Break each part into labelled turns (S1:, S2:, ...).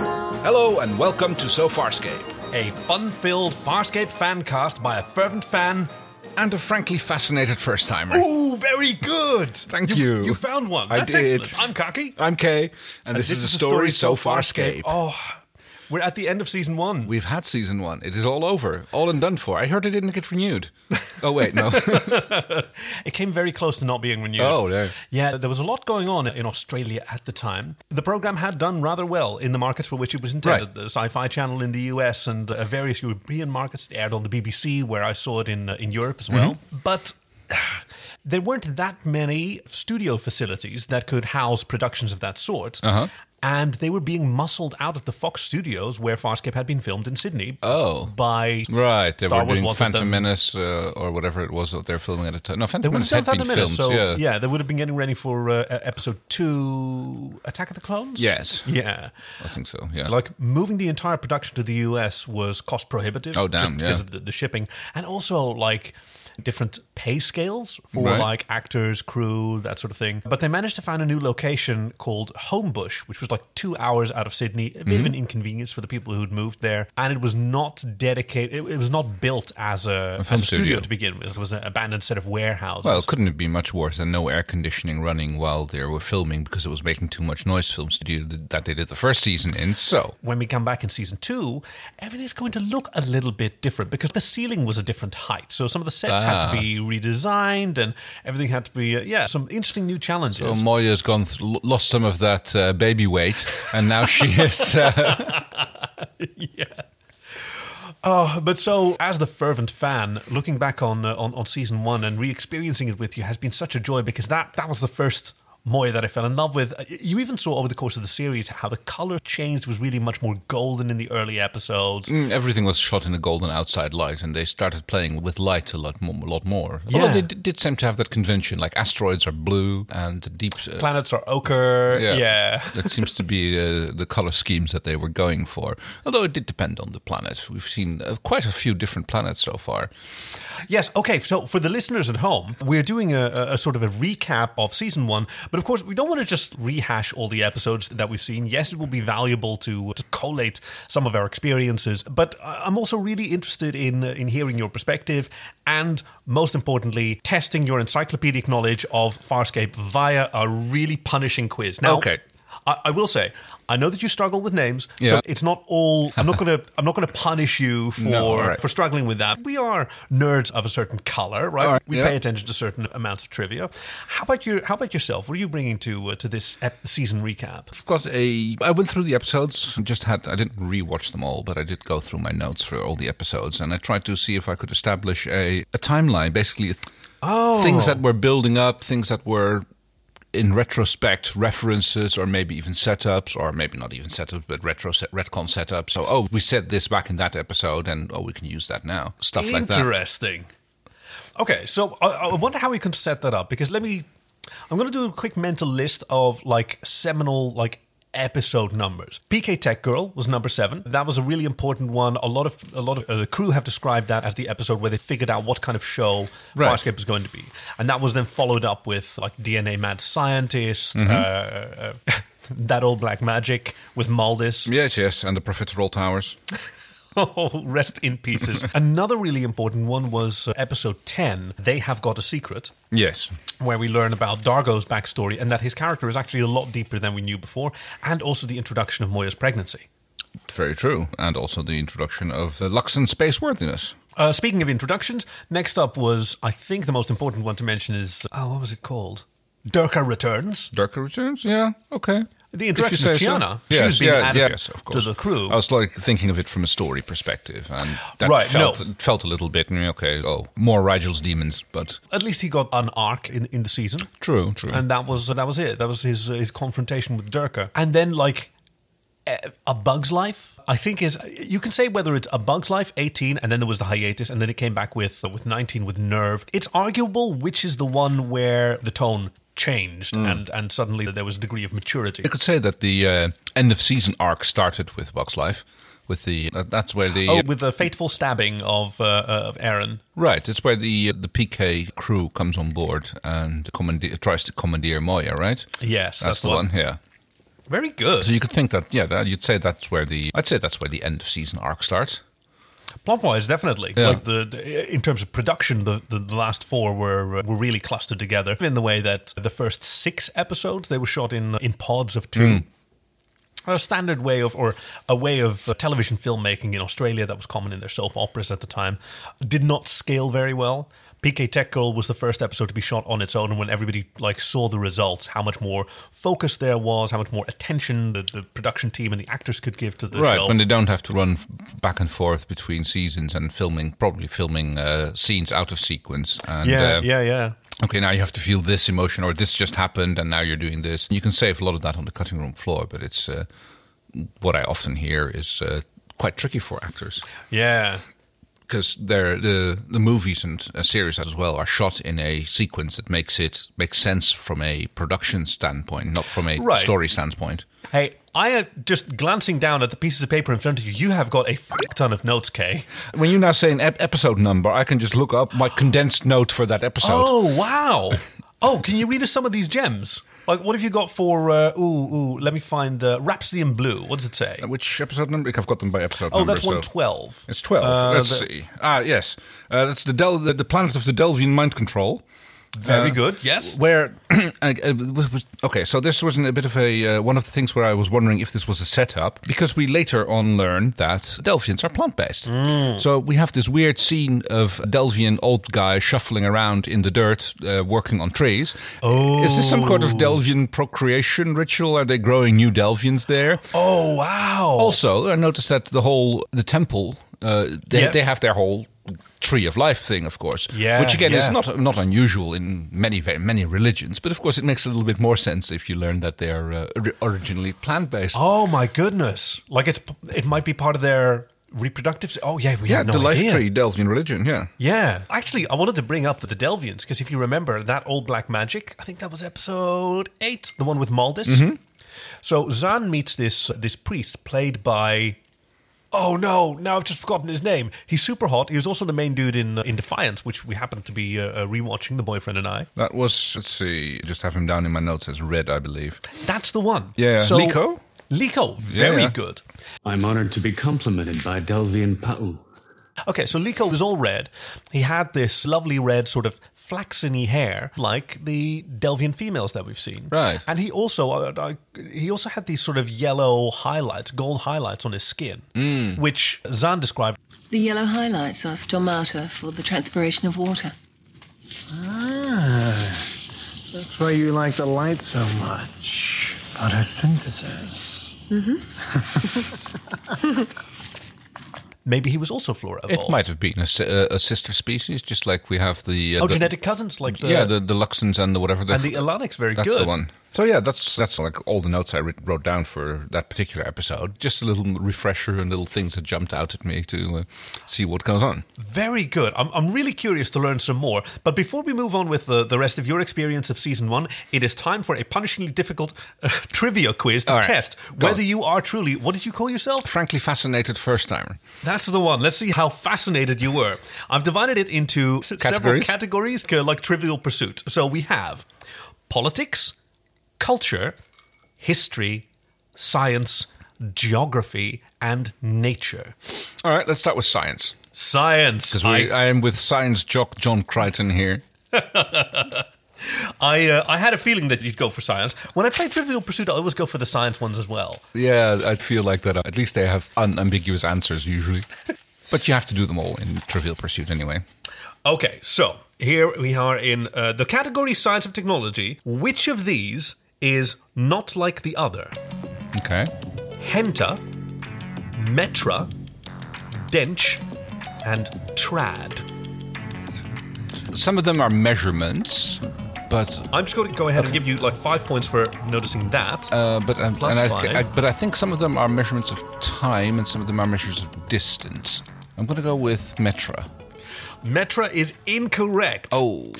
S1: Hello and welcome to So Farscape,
S2: A fun filled Farscape fan cast by a fervent fan.
S1: and a frankly fascinated first timer.
S2: Ooh, very good.
S1: Thank you.
S2: You found one.
S1: I
S2: That's
S1: did.
S2: excellent. I'm cocky.
S1: I'm Kay, and, this, is, a story, So Farscape.
S2: Oh, we're at the end of season one.
S1: We've had season one. It is all over, all and done for. I heard it didn't get renewed. Oh wait, no.
S2: It came very close to not being renewed.
S1: Oh, no.
S2: Yeah, there was a lot going on in Australia at the time. The program had done rather well in the markets for which it was intended.
S1: Right.
S2: The Sci Fi Channel in the US and uh, various European markets. It aired on the BBC, where I saw it in, uh, in Europe as well.
S1: Mm-hmm.
S2: But. There weren't that many studio facilities that could house productions of that sort.
S1: Uh-huh.
S2: And they were being muscled out of the Fox studios where Farscape had been filmed in Sydney.
S1: Oh.
S2: By
S1: right, they
S2: Star
S1: were
S2: Wars
S1: doing
S2: wanted
S1: Phantom
S2: them.
S1: Menace uh, or whatever it was that they're filming at the time. No,
S2: They
S1: Phantom
S2: would
S1: Menace
S2: have done
S1: had
S2: Phantom
S1: been
S2: Menace,
S1: filmed.
S2: so
S1: yeah.
S2: yeah. they would have been getting ready for uh, episode two, Attack of the Clones.
S1: Yes,
S2: yeah.
S1: I think so. Yeah.
S2: Like moving the entire production to the US was cost prohibitive.
S1: Oh, damn,
S2: Just because
S1: yeah.
S2: of the, the shipping, and also like different pay scales for
S1: Right.
S2: like actors, crew, that sort of thing. But they managed to find a new location called Homebush, which was like two hours out of Sydney. A bit of
S1: Mm-hmm.
S2: an inconvenience for the people who'd moved there, and it was not dedicated. It, it was not built as a,
S1: film
S2: as a studio.
S1: studio.
S2: to begin with. It was an abandoned set of warehouses.
S1: well, couldn't it be much worse than no air conditioning running while they were filming because it was making too much noise film studio that they did the first season in? So,
S2: when we come back in season two, everything's going to look a little bit different because the ceiling was a different height. So some of the sets had
S1: Ah.
S2: to be redesigned and everything had to be, uh, yeah, some interesting new challenges.
S1: Well, Moya's gone th- lo- lost some of that uh, baby weight, and now she is. Uh,
S2: yeah. Oh, but so as the fervent fan, looking back on uh, on, on season one and re-experiencing it with you has been such a joy because that that was the first Moya that I fell in love with. Uh, You even saw over the course of the series how the color changed was really much more golden in the early episodes.
S1: Mm. everything was shot in a golden outside light, and they started playing with light a lot, mo- a lot more. Although
S2: Yeah.
S1: they d- did seem to have that convention, like asteroids are blue and deep. Uh,
S2: Planets are ochre.
S1: Yeah.
S2: yeah.
S1: that seems to be uh, the color schemes that they were going for. Although it did depend on the planet. We've seen uh, quite a few different planets so far.
S2: Yes. Okay. So for the listeners at home, we're doing a, a a sort of a recap of season one, but of course we don't want to just rehash all the episodes that we've seen. Yes, it will be valuable to, to collate some of our experiences, but I- I'm also really interested in uh, in hearing your perspective and most importantly testing your encyclopedic knowledge of Farscape via a really punishing quiz. Now,
S1: Okay.
S2: I, I will say, I know that you struggle with names,
S1: Yeah.
S2: so it's not all. I'm not gonna. I'm not gonna punish you for
S1: No, all
S2: for
S1: right.
S2: for struggling with that. We are nerds of a certain color, right?
S1: All right,
S2: we
S1: yeah.
S2: pay attention to certain amounts of trivia. How about your? How about yourself? What are you bringing to uh, to this ep- season recap?
S1: I've got a. I went through the episodes. and Just had. I didn't rewatch them all, but I did go through my notes for all the episodes, and I tried to see if I could establish a, a timeline. Basically,
S2: Oh.
S1: things that were building up, things that were in retrospect references, or maybe even setups, or maybe not even setups, but retro set, retcon setups. So, oh, we said this back in that episode, and oh, we can use that now. Stuff like that.
S2: Interesting. Okay, so I, I wonder how we can set that up because let me. I'm going to do a quick mental list of like seminal like episode numbers. PK Tech Girl was number seven. That was a really important one. A lot of a lot of uh, the crew have described that as the episode where they figured out what kind of show
S1: Right.
S2: Farscape was going to be, and that was then followed up with like DNA Mad Scientist.
S1: Mm-hmm.
S2: Uh, uh, That old black magic with Maldis.
S1: Yes, yes, and the profiterole towers.
S2: Oh, rest in pieces. Another really important one was uh, episode 10, They Have Got a Secret,
S1: Yes.
S2: where we learn about Dargo's backstory and that his character is actually a lot deeper than we knew before, and also the introduction of Moya's pregnancy.
S1: Very true. And also the introduction of the Luxon space worthiness.
S2: Uh, speaking of introductions, next up was, I think, the most important one to mention is, oh, what was it called? Durka Returns.
S1: Darker Returns? Yeah, okay.
S2: The
S1: If you
S2: introduction of
S1: say so.
S2: Tiana. She was being added to the crew.
S1: I was like thinking of it from a story perspective, and that
S2: Right,
S1: felt
S2: no.
S1: felt a little bit mm, okay. Oh, more Rigel's demons, but
S2: At least he got an arc in, in the season.
S1: true, true.
S2: and that was that was it. That was his his confrontation with Durka, and then like eh, a Bug's Life. I think is you can say whether it's a Bug's Life eighteen, and then there was the hiatus, and then it came back with with nineteen with Nerve. It's arguable which is the one where the tone changed, and and suddenly there was a degree of maturity.
S1: you could say that the uh, end of season arc started with Buck's life, with the uh, that's where the
S2: Oh, with the fateful stabbing of uh, uh, of Aaron.
S1: right, it's where the uh, the PK crew comes on board and commande- tries to commandeer Moya, right?
S2: Yes,
S1: that's,
S2: that's
S1: the
S2: the one.
S1: one. Yeah,
S2: Very good.
S1: So you could think that, yeah, that, you'd say that's where the, I'd say that's where the end of season arc starts.
S2: Plot wise, definitely.
S1: Yeah.
S2: Like the, the in terms of production, the, the, the last four were uh, were really clustered together in the way that the first six episodes they were shot in uh, in pods of
S1: Hmm.
S2: two. A standard way of, or a way of uh, television filmmaking in Australia that was common in their soap operas at the time, did not scale very well. PK Tech Girl was the first episode to be shot on its own, and when everybody like saw the results, how much more focus there was, how much more attention the, the production team and the actors could give to the
S1: Right,
S2: show.
S1: when they don't have to run f- back and forth between seasons and filming, probably filming uh, scenes out of sequence. And,
S2: yeah,
S1: uh,
S2: yeah, yeah.
S1: Okay, now you have to feel this emotion, or this just happened, and now you're doing this. You can save a lot of that on the cutting room floor, but it's uh, what I often hear is uh, quite tricky for actors
S2: Yeah.
S1: because they're the the movies and uh, series as well are shot in a sequence that makes it makes sense from a production standpoint, not from a
S2: Right.
S1: story standpoint.
S2: Hey, I am just glancing down at the pieces of paper in front of you. You have got a fuck ton of notes, Kay.
S1: When you now say an ep- episode number, I can just look up my condensed note for that episode.
S2: Oh, wow. Oh, can you read us some of these gems? Like, what have you got for, uh, ooh, ooh, let me find uh, Rhapsody in Blue. What does it say?
S1: Uh, Which episode number? I've got them by episode
S2: Oh,
S1: number.
S2: that's
S1: so-
S2: 112.
S1: It's 12.
S2: Uh,
S1: Let's
S2: the-
S1: see. Ah, yes. Uh, that's the, Del- the the planet of the Delvian mind control.
S2: Very
S1: Uh,
S2: good. Yes.
S1: Where, I- I was- was- okay, so this was a bit of a uh, one of the things where I was wondering if this was a setup because we later on learned that Delvians are plant based. So we have this weird scene of a Delvian old guy shuffling around in the dirt, uh, working on trees. Oh, is this some kind of Delvian procreation ritual? Are they growing new Delvians there?
S2: Oh, wow.
S1: Also, I noticed that the whole the temple uh, they
S2: Yes.
S1: they have their whole tree of life thing, of course.
S2: Yeah,
S1: which again is
S2: yeah.
S1: not not unusual in many very many religions, but of course it makes a little bit more sense if you learn that they are uh, ori- originally plant based.
S2: oh, my goodness. Like, it's it might be part of their reproductive. Oh, yeah, we
S1: yeah,
S2: had no
S1: the life
S2: idea.
S1: tree, Delphian religion. Yeah.
S2: Yeah. Actually, I wanted to bring up the Delvians because if you remember that old black magic, I think that was episode eight, the one with Maldus.
S1: Mm-hmm.
S2: So Zan meets this this priest played by. Oh no! Now I've just forgotten his name. He's super hot. He was also the main dude in in Defiance, which we happened to be uh, uh, rewatching. The boyfriend and I.
S1: That was let's see, just have him down in my notes as red, I believe.
S2: That's the one.
S1: Yeah.
S2: So,
S1: Liko?
S2: Liko, very
S1: yeah.
S2: good.
S3: I'm honored to be complimented by Delvian Paul.
S2: Okay, so Liko was all red. He had this lovely red sort of flaxeny hair, like the Delvian females that we've seen.
S1: Right.
S2: And he also uh, uh, he also had these sort of yellow highlights, gold highlights on his skin,
S1: Mm.
S2: which Zan described.
S4: The yellow highlights are stomata for the transpiration of water.
S5: Ah, that's why you like the light so much. Photosynthesis.
S2: Maybe he was also flora
S1: It
S2: evolved.
S1: might have been a, si- uh, a sister species, just like we have the uh,
S2: Oh,
S1: the-
S2: genetic cousins like the,
S1: yeah the the Luxons and the whatever
S2: and the Elanics. Very
S1: That's
S2: good.
S1: the one. So yeah, that's that's like all the notes I writ- wrote down for that particular episode. Just a little refresher and little things that jumped out at me to uh, see what goes on.
S2: Very good. I'm, I'm really curious to learn some more. But before we move on with the, the rest of your experience of season one, it is time for a punishingly difficult uh, trivia quiz to
S1: All right.
S2: test
S1: Go
S2: whether
S1: on.
S2: you are truly, what did you call yourself?
S1: Frankly, fascinated first timer.
S2: That's the one. Let's see how fascinated you were. I've divided it into s- several
S1: Categories?
S2: categories, uh, like trivial pursuit. So we have politics, culture, history, science, geography, and nature.
S1: All right, let's start with science
S2: Science.
S1: because I, I am with science jock John Crichton here.
S2: I uh, I had a feeling that you'd go for science. When I play Trivial Pursuit, I always go for the science ones as well.
S1: Yeah, I feel like that. uh, At least they have unambiguous answers usually, but you have to do them all in Trivial Pursuit anyway.
S2: Okay, so here we are in uh, the category science of technology. Which of these is not like the other?
S1: Okay,
S2: Henta, Metra, Dench, and Trad.
S1: some of them are measurements, but
S2: I'm just going to go ahead and give you like five points for noticing that.
S1: Uh, but um,
S2: Plus
S1: and
S2: five.
S1: I, I, but I think some of them are measurements of time and some of them are measures of distance. I'm going to go with Metra.
S2: Metra is incorrect.
S1: Oh,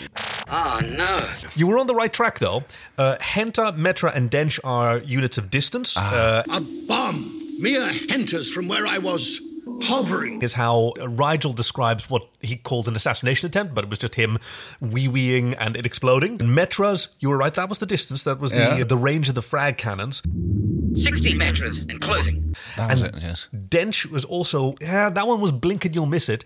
S6: Oh no.
S2: You were on the right track though. Uh, Henta, Metra, and Dench are units of distance.
S1: Ah.
S2: Uh,
S7: A bomb, mere henters from where I was hovering.
S2: is how uh, Rigel describes what he called an assassination attempt, but it was just him wee-weeing and it exploding. Metras, you were right, that was the distance, that was the
S1: Yeah.
S2: the range of the frag cannons.
S6: 16 mantras and closing.
S1: That was it, yes.
S2: Dench was also, yeah, that one was blink and you'll miss it,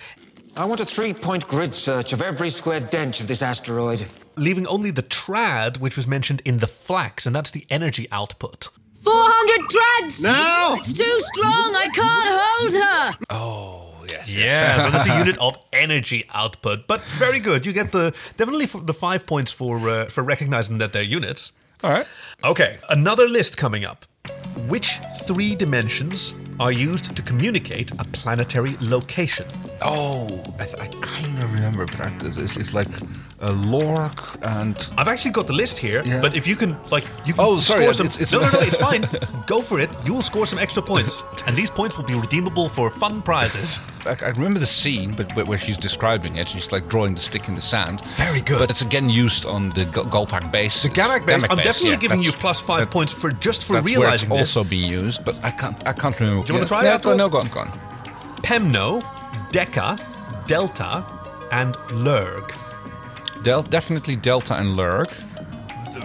S8: I want a three point grid search of every square dench of this asteroid.
S2: leaving only the trad, which was mentioned in the flax, and that's the energy output.
S9: 400 trads!
S7: Now!
S9: It's too strong, I can't hold her!
S1: Oh, yes.
S2: Yeah, so that's a unit of energy output. But very good. You get the definitely f- the five points for uh, for recognizing that they're units.
S1: All right.
S2: Okay, another list coming up. Which three dimensions are used to communicate a planetary location?
S1: Oh, I, th- I kind of remember, but I, it's, it's like a lork and.
S2: I've actually got the list here,
S1: Yeah.
S2: but if you can, like, you can
S1: Oh, sorry,
S2: score
S1: it's-
S2: some.
S1: it's- it's-
S2: no, no, no, it's fine. Go for it. You will score some extra points, and these points will be redeemable for fun prizes.
S1: I, I remember the scene, but where, where she's describing it, she's like drawing the stick in the sand.
S2: Very good.
S1: But it's again used on the G- Goltak base.
S2: The Gamak base. I'm definitely
S1: yeah,
S2: giving you
S1: that's-
S2: plus five points for just for
S1: That's where it's
S2: realizing this.
S1: also being used, but I can't. I can't remember.
S2: Do you wanna
S1: Yeah.
S2: try it
S1: Yeah,
S2: after
S1: go,
S2: all?
S1: no, go on, go on.
S2: Pemno, Deca, Delta, and Lurg.
S1: Del- definitely Delta and Lurk,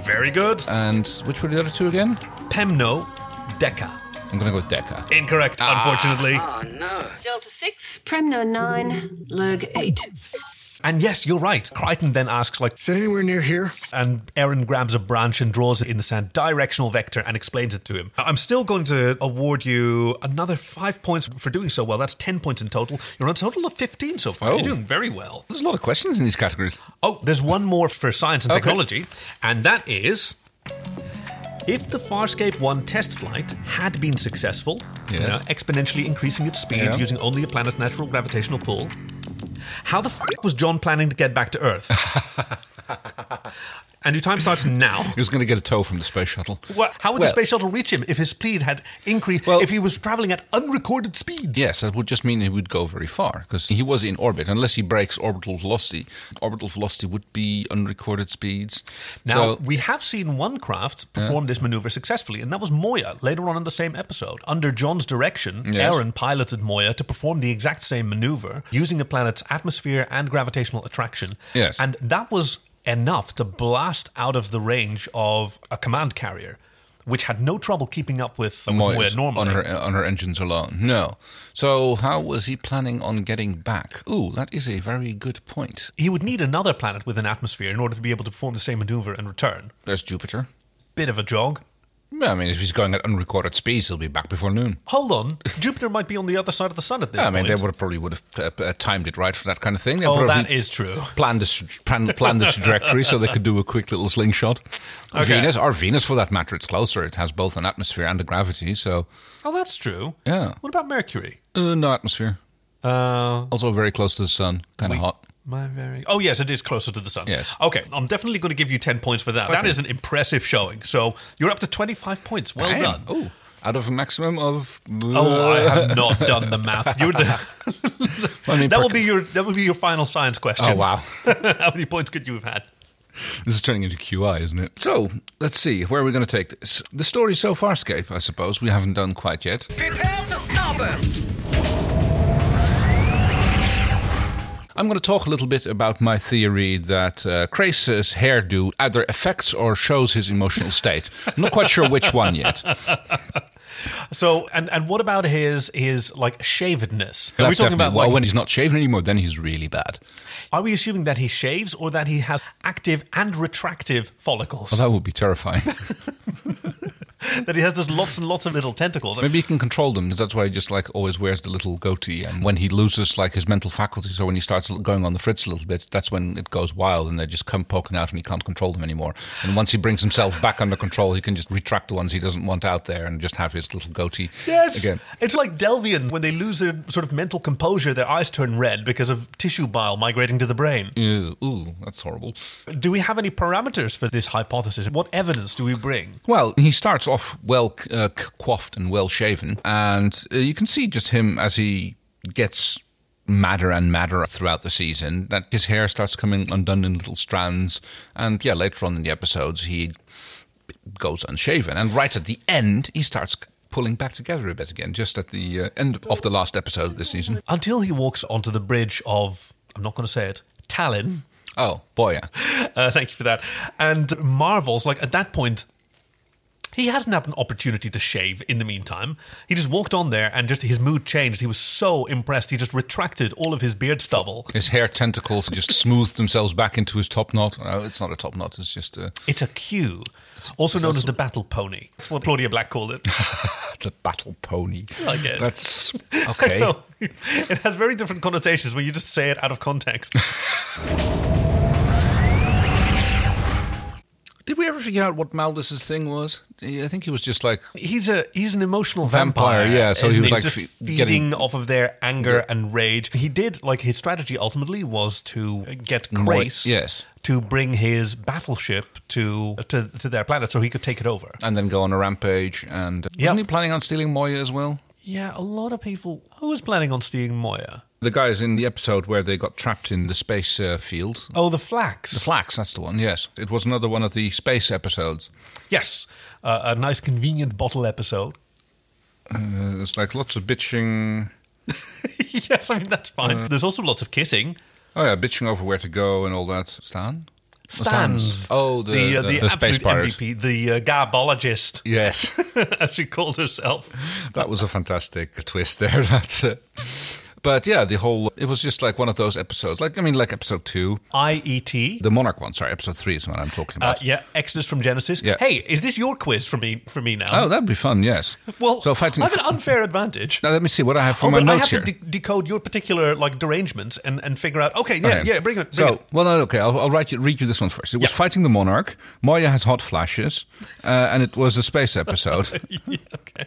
S2: Very good.
S1: and which were the other two again?
S2: Pemno, Deca.
S1: I'm gonna go with Deca.
S2: Incorrect,
S1: Ah.
S2: unfortunately.
S6: Oh no.
S9: Delta 6, Premno 9, Lurg 8.
S2: And yes, you're right. Crichton then asks, like,
S7: Is it anywhere near here?
S2: and Aaron grabs a branch and draws it in the sand, directional vector, and explains it to him. I'm still going to award you another five points for doing so well. That's 10 points in total. You're on a total of 15 so far. You're
S1: Oh.
S2: doing very well.
S1: There's a lot of questions in these categories.
S2: Oh, there's one more for science and
S1: Okay.
S2: technology, and that is if the Farscape 1 test flight had been successful,
S1: Yes.
S2: exponentially increasing its speed
S1: Yeah.
S2: using only a planet's natural gravitational pull, how the f was John planning to get back to Earth? and your time starts now.
S1: He was gonna get a tow from the space shuttle.
S2: Well, how would the
S1: Well-
S2: space shuttle reach him if his speed had increased,
S1: Well-
S2: if he was traveling at unrecorded speeds?
S1: Yes, that would just mean he would go very far because he was in orbit. Unless he breaks orbital velocity, orbital velocity would be unrecorded speeds.
S2: Now,
S1: so,
S2: we have seen one craft perform this maneuver successfully, and that was Moya later on in the same episode. Under John's direction,
S1: Yes.
S2: Aaron piloted Moya to perform the exact same maneuver using a planet's atmosphere and gravitational attraction.
S1: Yes.
S2: And that was enough to blast out of the range of a command carrier, which had no trouble keeping up with, with Moya,
S1: Moyes
S2: normally.
S1: on her on her engines alone. No. So how was he planning on getting back? Ooh, that is a very good point.
S2: he would need another planet with an atmosphere in order to be able to perform the same maneuver and return.
S1: There's Jupiter.
S2: Bit of a jog.
S1: Well, I mean, if he's going at unrecorded speeds, he'll be back before noon.
S2: Hold on, Jupiter might be on the other side of the sun at this
S1: Yeah, I
S2: point.
S1: mean, they would have probably would have uh, uh, timed it right for that kind of thing. They
S2: Oh,
S1: probably
S2: that is true.
S1: Planned this plan, planned the trajectory so they could do a quick little slingshot.
S2: Okay.
S1: Venus, or Venus for that matter, it's closer. It has both an atmosphere and a gravity, so
S2: Oh, that's true.
S1: Yeah.
S2: What about Mercury?
S1: uh, no atmosphere.
S2: Uh,
S1: Also very close to the sun, kind of hot.
S2: my very. Oh, yes, it is closer to the sun.
S1: Yes.
S2: Okay, I'm definitely going to give you 10 points for that. That is an impressive showing. So you're up to 25 points. Well
S1: Damn.
S2: done.
S1: Oh, out of a maximum of. uh,
S2: Oh, I have not done the math. You're the,
S1: I mean,
S2: that
S1: per-
S2: will be your that will be your final science question.
S1: Oh, wow.
S2: How many points could you have had?
S1: This is turning into QI, isn't it? So, let's see. Where are we going to take this? The story so far, Scape, I suppose, we haven't done quite yet.
S6: Prepare for starburst.
S1: I'm going to talk a little bit about my theory that uh, Crace's hairdo either affects or shows his emotional state. I'm not quite sure which one yet.
S2: So, and and what about his his like shavedness? Are we
S1: That's
S2: talking about
S1: definitely- well,
S2: like,
S1: when he's not shaving anymore, then he's really bad.
S2: are we assuming that he shaves or that he has active and retractive follicles?
S1: Well, that would be terrifying.
S2: that he has just lots and lots of little tentacles.
S1: Maybe he can control them. That's why he just like always wears the little goatee. And when he loses like his mental faculties, or when he starts going on the fritz a little bit, that's when it goes wild and they just come poking out, and he can't control them anymore. And once he brings himself back under control, he can just retract the ones he doesn't want out there and just have his little goatee
S2: Yes.
S1: again.
S2: It's like Delvian when they lose their sort of mental composure, their eyes turn red because of tissue bile migrating to the brain.
S1: Ew, ooh, that's horrible.
S2: Do we have any parameters for this hypothesis? What evidence do we bring?
S1: Well, he starts off well uh, c- coiffed and well shaven, and uh, you can see just him as he gets madder and madder throughout the season that his hair starts coming undone in little strands, and yeah, later on in the episodes he goes unshaven, and right at the end he starts. c- Pulling back together a bit again, just at the uh, end of the last episode of this season.
S2: Until he walks onto the bridge of, I'm not going to say it, Talon.
S1: Oh, boy, yeah.
S2: Uh, thank you for that. And marvels, like at that point, He hasn't had an opportunity to shave in the meantime. He just walked on there and just his mood changed. He was so impressed. He just retracted all of his beard stubble.
S1: His hair tentacles just smoothed themselves back into his top knot. No, it's not a top knot. It's just a,
S2: It's a cue, also known as the battle pony. That's what Claudia Black called it.
S1: the battle pony.
S2: I like it.
S1: That's okay.
S2: No, it has very different connotations when you just say it out of context.
S1: Did we ever figure out what Maldus's thing was? I think he was just like
S2: he's a he's an emotional vampire.
S1: Vampire, yeah, so he
S2: isn't
S1: was
S2: He's
S1: like
S2: just
S1: fe-
S2: feeding
S1: getting-
S2: off of their anger and rage. He did like his strategy ultimately was to get
S1: Noi-
S2: Grace,
S1: yes.
S2: to bring his battleship to to to their planet so he could take it over.
S1: and then go on a rampage. And
S2: Yep.
S1: wasn't he planning on stealing Moya as well?
S2: Yeah, a lot of people. Who was planning on stealing Moya?
S1: The guys in the episode where they got trapped in the space uh, field.
S2: Oh, the Flax.
S1: The Flax, that's the one, yes. It was another one of the space episodes.
S2: yes, uh, a nice convenient bottle episode.
S1: Uh, There's like lots of bitching.
S2: yes, I mean that's fine.
S1: Uh,
S2: There's also lots of kissing.
S1: Oh, yeah, bitching over where to go and all that. Stan?
S2: Stands.
S1: Oh, the, the,
S2: uh,
S1: the,
S2: absolute
S1: space pirate.
S2: MVP, the uh, garbologist,
S1: Yes,
S2: as she called herself.
S1: that was a fantastic twist there. That's it. But yeah, the whole, it was just like one of those episodes. Like, I mean, like episode two,
S2: IET.
S1: the Monarch one, sorry, episode three is what I'm talking
S2: E Uh,
S1: about.
S2: yeah, Exodus from Genesis.
S1: Yeah.
S2: Hey, is this your quiz for me for me now?
S1: Oh, that'd be fun, yes.
S2: well,
S1: so fighting.
S2: I have an unfair advantage.
S1: now, let me see what I have for
S2: Oh,
S1: my
S2: but I have
S1: notes here.
S2: to de- decode your particular like derangements and, and figure out. Okay, yeah,
S1: Okay.
S2: yeah, bring it. Bring
S1: so,
S2: it.
S1: well, no, okay, I'll, I'll write you, read you this one first. It was
S2: Yeah.
S1: fighting the monarch. Moya has hot flashes, uh, and it was a space episode.
S2: Yeah, okay.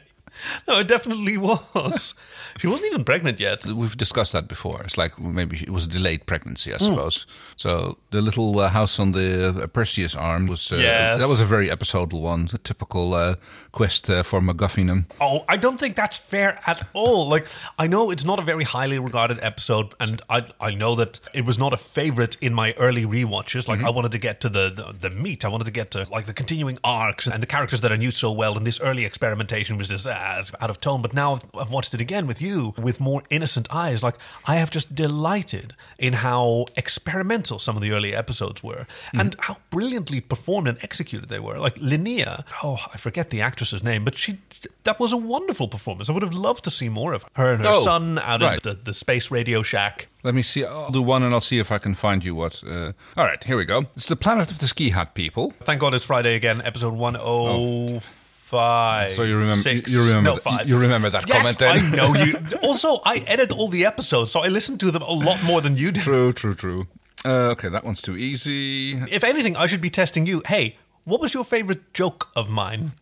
S2: No, it definitely was. she wasn't even pregnant yet.
S1: We've discussed that before. It's like maybe it was a delayed pregnancy, I
S2: Hmm.
S1: suppose. So the little uh, house on the uh, Perseus arm was uh,
S2: Yes.
S1: that was a very episodal one, a typical uh, quest uh, for MacGuffinum.
S2: Oh, I don't think that's fair at all. Like, I know it's not a very highly regarded episode, and I I know that it was not a favorite in my early rewatches. Like, I wanted to get to the, the the meat. I wanted to get to like the continuing arcs and the characters that I knew so well. And this early experimentation was just ah, it's out of tone. But now I've, I've watched it again with you with more innocent eyes. Like, I have just delighted in how experimental some of the early episodes were,
S1: Mm.
S2: and how brilliantly performed and executed they were. Like Linnea, oh, I forget the actress's name, but she that was a wonderful performance. I would have loved to see more of her. Her and her
S1: Oh,
S2: son out in
S1: right.
S2: the, the space radio shack.
S1: Let me see. I'll do one, and I'll see if I can find you what. Uh... All right, here we go. It's the planet of the ski hat people.
S2: Thank God it's Friday again, episode one oh five.
S1: So you remember-
S2: six,
S1: you- you remember
S2: no,
S1: th-
S2: five.
S1: you remember that
S2: Yes,
S1: comment then.
S2: I know you. Also, I edit all the episodes, so I listen to them a lot more than you do.
S1: True, true, true. Uh, okay, that one's too easy.
S2: If anything, I should be testing you. Hey, what was your favorite joke of mine?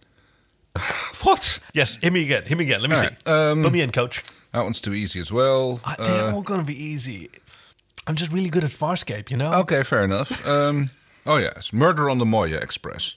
S1: What?
S2: Yes, hit me again. Hit me again. Let me
S1: All
S2: see.
S1: right, um,
S2: Put me in, coach.
S1: That one's too easy as well.
S2: I, they're
S1: Uh,
S2: all going to be easy. I'm just really good at Farscape, you know?
S1: okay, fair enough. Um, oh yes, Murder on the Moya Express.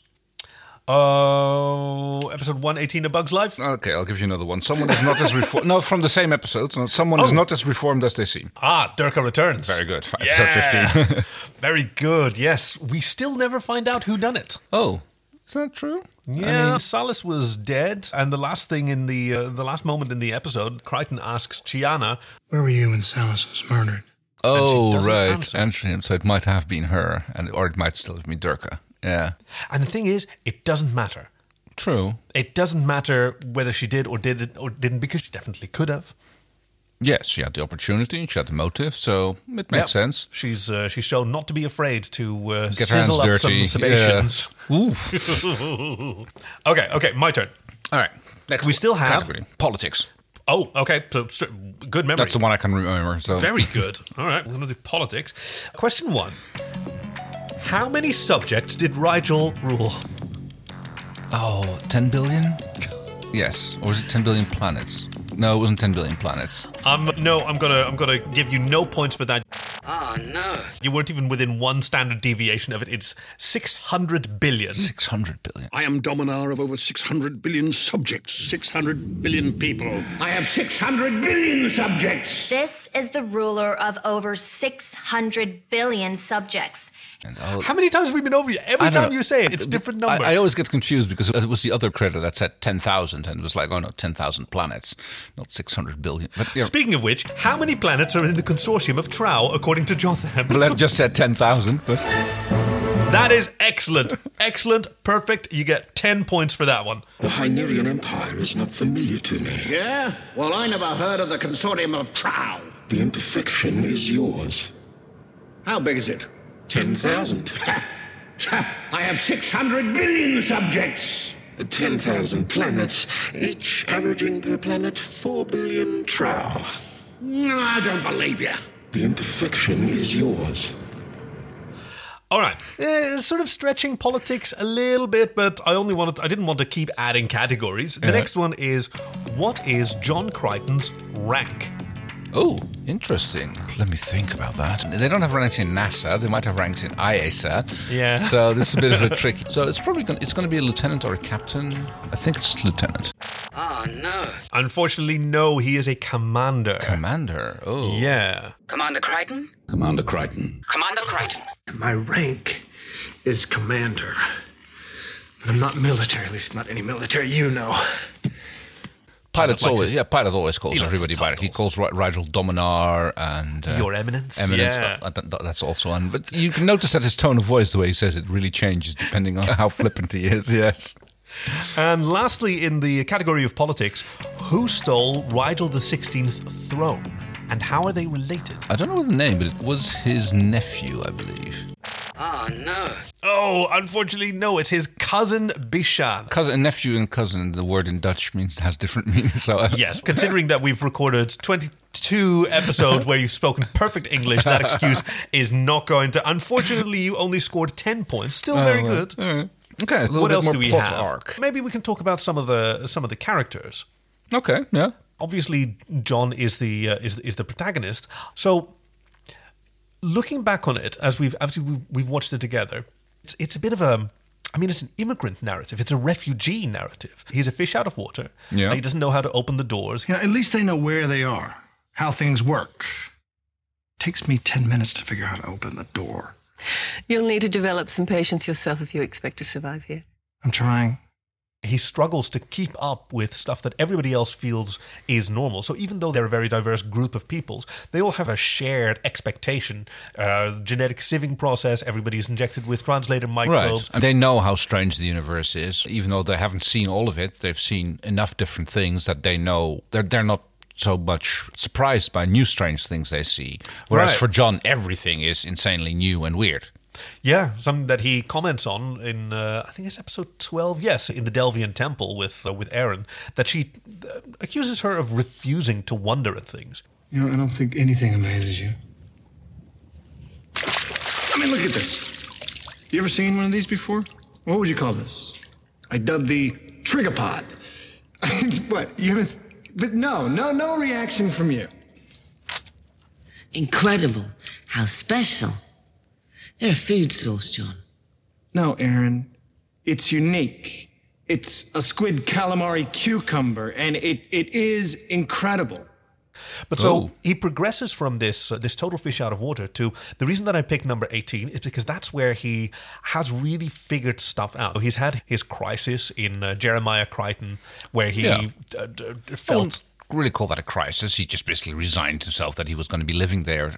S2: Oh, episode 118 of Bugs Life.
S1: Okay, I'll give you another one. Someone is not as reformed. no, from the same episode. No, Someone
S2: Oh.
S1: is not as reformed as they seem.
S2: Ah, Durka returns.
S1: Very good. Fi-
S2: Yeah.
S1: Episode fifteen.
S2: Very good. Yes, we still never find out who done it.
S1: oh, is that true?
S2: Yeah, Salas was dead, and the last thing in the uh, the last moment in the episode, Crichton asks Chiana,
S5: Where were you when Salas was murdered?
S1: Oh,
S2: doesn't
S1: right.
S2: answer.
S1: Answer him. So it might have been her, and or it might still have been Durka. Yeah.
S2: and the thing is, it doesn't matter.
S1: True.
S2: It doesn't matter whether she did or did it or didn't, because she definitely could have.
S1: Yes, she had the opportunity. She had the motive, so it makes
S2: Yep.
S1: sense.
S2: She's uh, she's shown not to be afraid to uh,
S1: Get her hands
S2: sizzle up
S1: dirty.
S2: some sebaceans. okay, okay, my turn.
S1: All right. Next,
S2: We
S1: one.
S2: still have-
S1: Category. politics.
S2: Oh, okay, so, so, good memory.
S1: That's the one I can remember. So
S2: Very good. All right, we're going to do politics. Question one: How many subjects did Rigel rule?
S1: Oh, 10 billion? Yes. Or was it 10 billion planets? No, it wasn't 10 billion planets.
S2: Um, no, I'm gonna I'm gonna give you no points for that.
S6: Oh no.
S2: You weren't even within one standard deviation of it. It's six hundred billion.
S1: 600 billion.
S7: I am dominar of over 600 billion subjects. 600 billion people. I have 600 billion subjects.
S10: This is the ruler of over 600 billion subjects.
S1: And oh,
S2: How many times have we been over you? Every
S1: I don't
S2: time
S1: know.
S2: you say it, it's a different number.
S1: I, I always get confused because it was the other credit that said 10,000 and it was like, oh no, 10,000 planets, not 600 billion. But yeah,
S2: Speaking of which, how many planets are in the consortium of Trow according to Jotham?
S1: Bled just said 10,000, but.
S2: That is excellent. Excellent. Perfect. You get 10 points for that one.
S11: The Hynerian Empire is not familiar to me.
S7: Yeah? Well, I never heard of the Consortium of Trow.
S11: The imperfection is yours.
S7: How big is it?
S11: 10,000.
S7: I have 600 billion subjects.
S11: 10,000 planets, each averaging per planet 4 billion trow.
S7: No, I don't believe you.
S11: The imperfection is yours.
S2: All right, Eh, sort of stretching politics a little bit, but I only wanted I didn't want to keep adding categories. The
S1: Yeah.
S2: next one is what is John Crichton's rank?
S1: Oh, interesting. Let me think about that. They don't have ranks in NASA. They might have ranks in IASA.
S2: Yeah.
S1: So this is a bit of a trick. So it's probably gonna, it's going to be a lieutenant or a captain. I think it's lieutenant.
S6: Oh no.
S2: Unfortunately, no, he is a commander.
S1: Commander. Oh.
S2: yeah.
S6: Commander Crichton?
S11: Commander Crichton.
S6: Commander Crichton.
S5: My rank is commander. But I'm not military, at least not any military you know.
S1: Pilot's
S2: Pilot likes
S1: always
S2: his-
S1: yeah. Pilot always calls
S2: he likes his
S1: everybody by it. He
S2: titles.
S1: calls Ri- Rigel Dominar and uh,
S2: Your Eminence,
S1: Eminence.
S2: yeah.
S1: uh, uh, th- th- that's also on. But you can notice that his tone of voice, the way he says it, really changes depending on how flippant he is. Yes.
S2: And lastly, in the category of politics, who stole Rigel the Sixteenth throne, and how are they related?
S1: I don't know the name, but it was his nephew, I believe.
S6: Oh no.
S2: Oh, unfortunately, no, it's his cousin Bishan.
S1: Cousin, nephew, and cousin. The word in Dutch means has different meanings. So uh,
S2: Yes, considering that we've recorded 22 episodes where you've spoken perfect English, that excuse is not going to. Unfortunately, you only scored 10 points. Still very
S1: Oh, well,
S2: good.
S1: all right. Okay. a little
S2: What
S1: bit
S2: else
S1: more
S2: do we
S1: plot
S2: have?
S1: Arc.
S2: Maybe we can talk about some of the some of the characters.
S1: Okay. Yeah.
S2: Obviously, John is the uh, is is the protagonist. So, looking back on it as we've as we've, we've watched it together, it's it's a bit of a I mean, it's an immigrant narrative. It's a refugee narrative. He's a fish out of water.
S1: Yeah.
S2: He doesn't know how to open the doors.
S5: You know, at least they know where they are, how things work. Takes me 10 minutes to figure out how to open the door.
S12: You'll need to develop some patience yourself if you expect to survive here.
S5: I'm trying.
S2: he struggles to keep up with stuff that everybody else feels is normal. So even though they're a very diverse group of peoples, they all have a shared expectation, uh, genetic sieving process. Everybody's injected with translator microbes.
S1: Right. And they know how strange the universe is, even though they haven't seen all of it. They've seen enough different things that they know they're they're not so much surprised by new strange things they see. Whereas
S2: Right.
S1: for John, everything is insanely new and weird.
S2: Yeah, something that he comments on in uh, I think it's episode twelve. Yes, in the Delvian Temple with uh, with Aaron, that she uh, accuses her of refusing to wonder at things.
S5: You know, I don't think anything amazes you.
S7: I mean, look at this.
S5: You ever seen one of these before? What would you call this?
S7: I dubbed the trigger pod.
S5: I mean, what? You haven't. But no, no, no reaction from you.
S13: Incredible. How special. They're a food source, John.
S5: No, Aaron. It's unique. It's a squid calamari cucumber, and it, it is incredible.
S2: But so
S1: Oh.
S2: he progresses from this uh, this total fish out of water to the reason that I picked number 18 is because that's where he has really figured stuff out. He's had his crisis in uh, Jeremiah Crichton where he
S1: Yeah. Um,
S2: uh, d- d-
S1: I
S2: felt
S1: wouldn't really call that a crisis. He just basically resigned himself that he was going to be living there.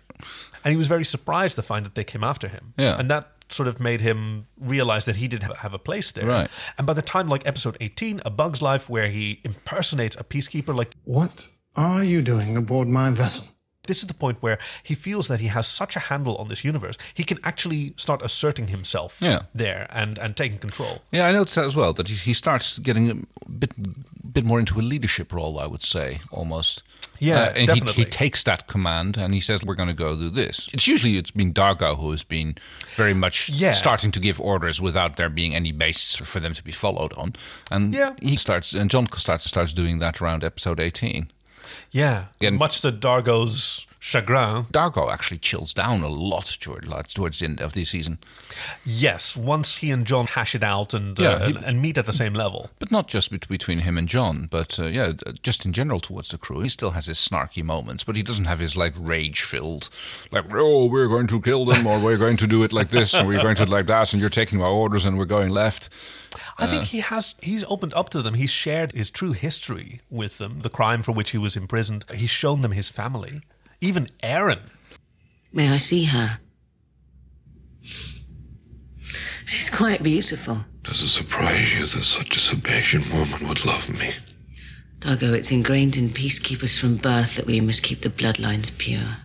S2: and he was very surprised to find that they came after him.
S1: Yeah.
S2: And that sort of made him realize that he did ha- have a place there.
S1: Right.
S2: And by the time like episode 18 A Bug's Life where he impersonates a peacekeeper like
S5: What are you doing aboard my vessel?
S2: this is the point where he feels that he has such a handle on this universe, he can actually start asserting himself
S1: Yeah.
S2: there and, and taking control.
S1: Yeah, I noticed that as well. That he, he starts getting a bit bit more into a leadership role. I would say almost. Uh,
S2: Yeah,
S1: and He,
S2: definitely.
S1: he takes that command and he says, "We're going to go do this." It's usually it's been Dargo who has been very much
S2: Yeah.
S1: starting to give orders without there being any basis for them to be followed on. And
S2: Yeah.
S1: he starts and John starts starts doing that around episode eighteen.
S2: Yeah.
S1: And-
S2: Much to Dargo's chagrin.
S1: Dargo actually chills down a lot toward, towards the end of the season.
S2: Yes, once he and John hash it out and, uh,
S1: Yeah, he-
S2: and, and meet at the same level.
S1: But not just bet- between him and John, but uh, yeah, d- just in general towards the crew. He still has his snarky moments, but he doesn't have his like rage filled, like oh we're going to kill them or we're going to do it like this and we're going to like that and you're taking my orders and we're going left.
S2: I think he has he's opened up to them. He's shared his true history with them, the crime for which he was imprisoned. He's shown them his family. Even Aaron.
S13: May I see her? She's quite beautiful.
S11: Does it surprise you that such a Sebastian woman would love me?
S13: Doggo, it's ingrained in peacekeepers from birth that we must keep the bloodlines pure.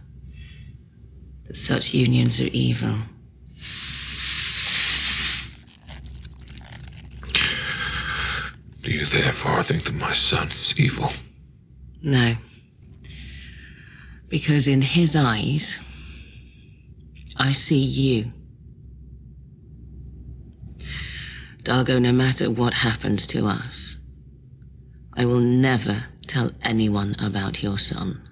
S13: That such unions are evil.
S11: Do you therefore think that my son is evil?
S13: No. Because in his eyes, I see you. Dargo, no matter what happens to us, I will never tell anyone about your son.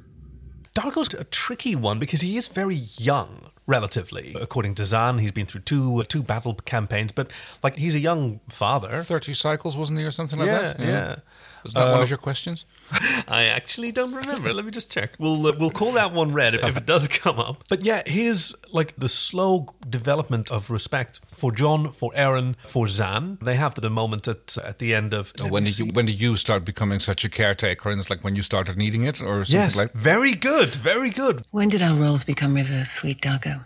S2: Dargo's a tricky one because he is very young, relatively. According to Zan, he's been through two two battle campaigns, but like he's a young father.
S1: Thirty cycles, wasn't he, or something like
S2: Yeah,
S1: that?
S2: yeah.
S1: Was that one
S2: Uh,
S1: of your questions?
S2: I actually don't remember. Let me just check. We'll uh, we'll call that one red if, if it does come up. But yeah, here's like the slow development of respect for John, for Aaron, for Zan. They have the moment at at the end of
S1: Oh, When did you when did you start becoming such a caretaker? And it's like when you started needing it, or something
S2: Yes,
S1: like.
S2: very good, very good.
S4: When did our roles become reversed, sweet Dargo?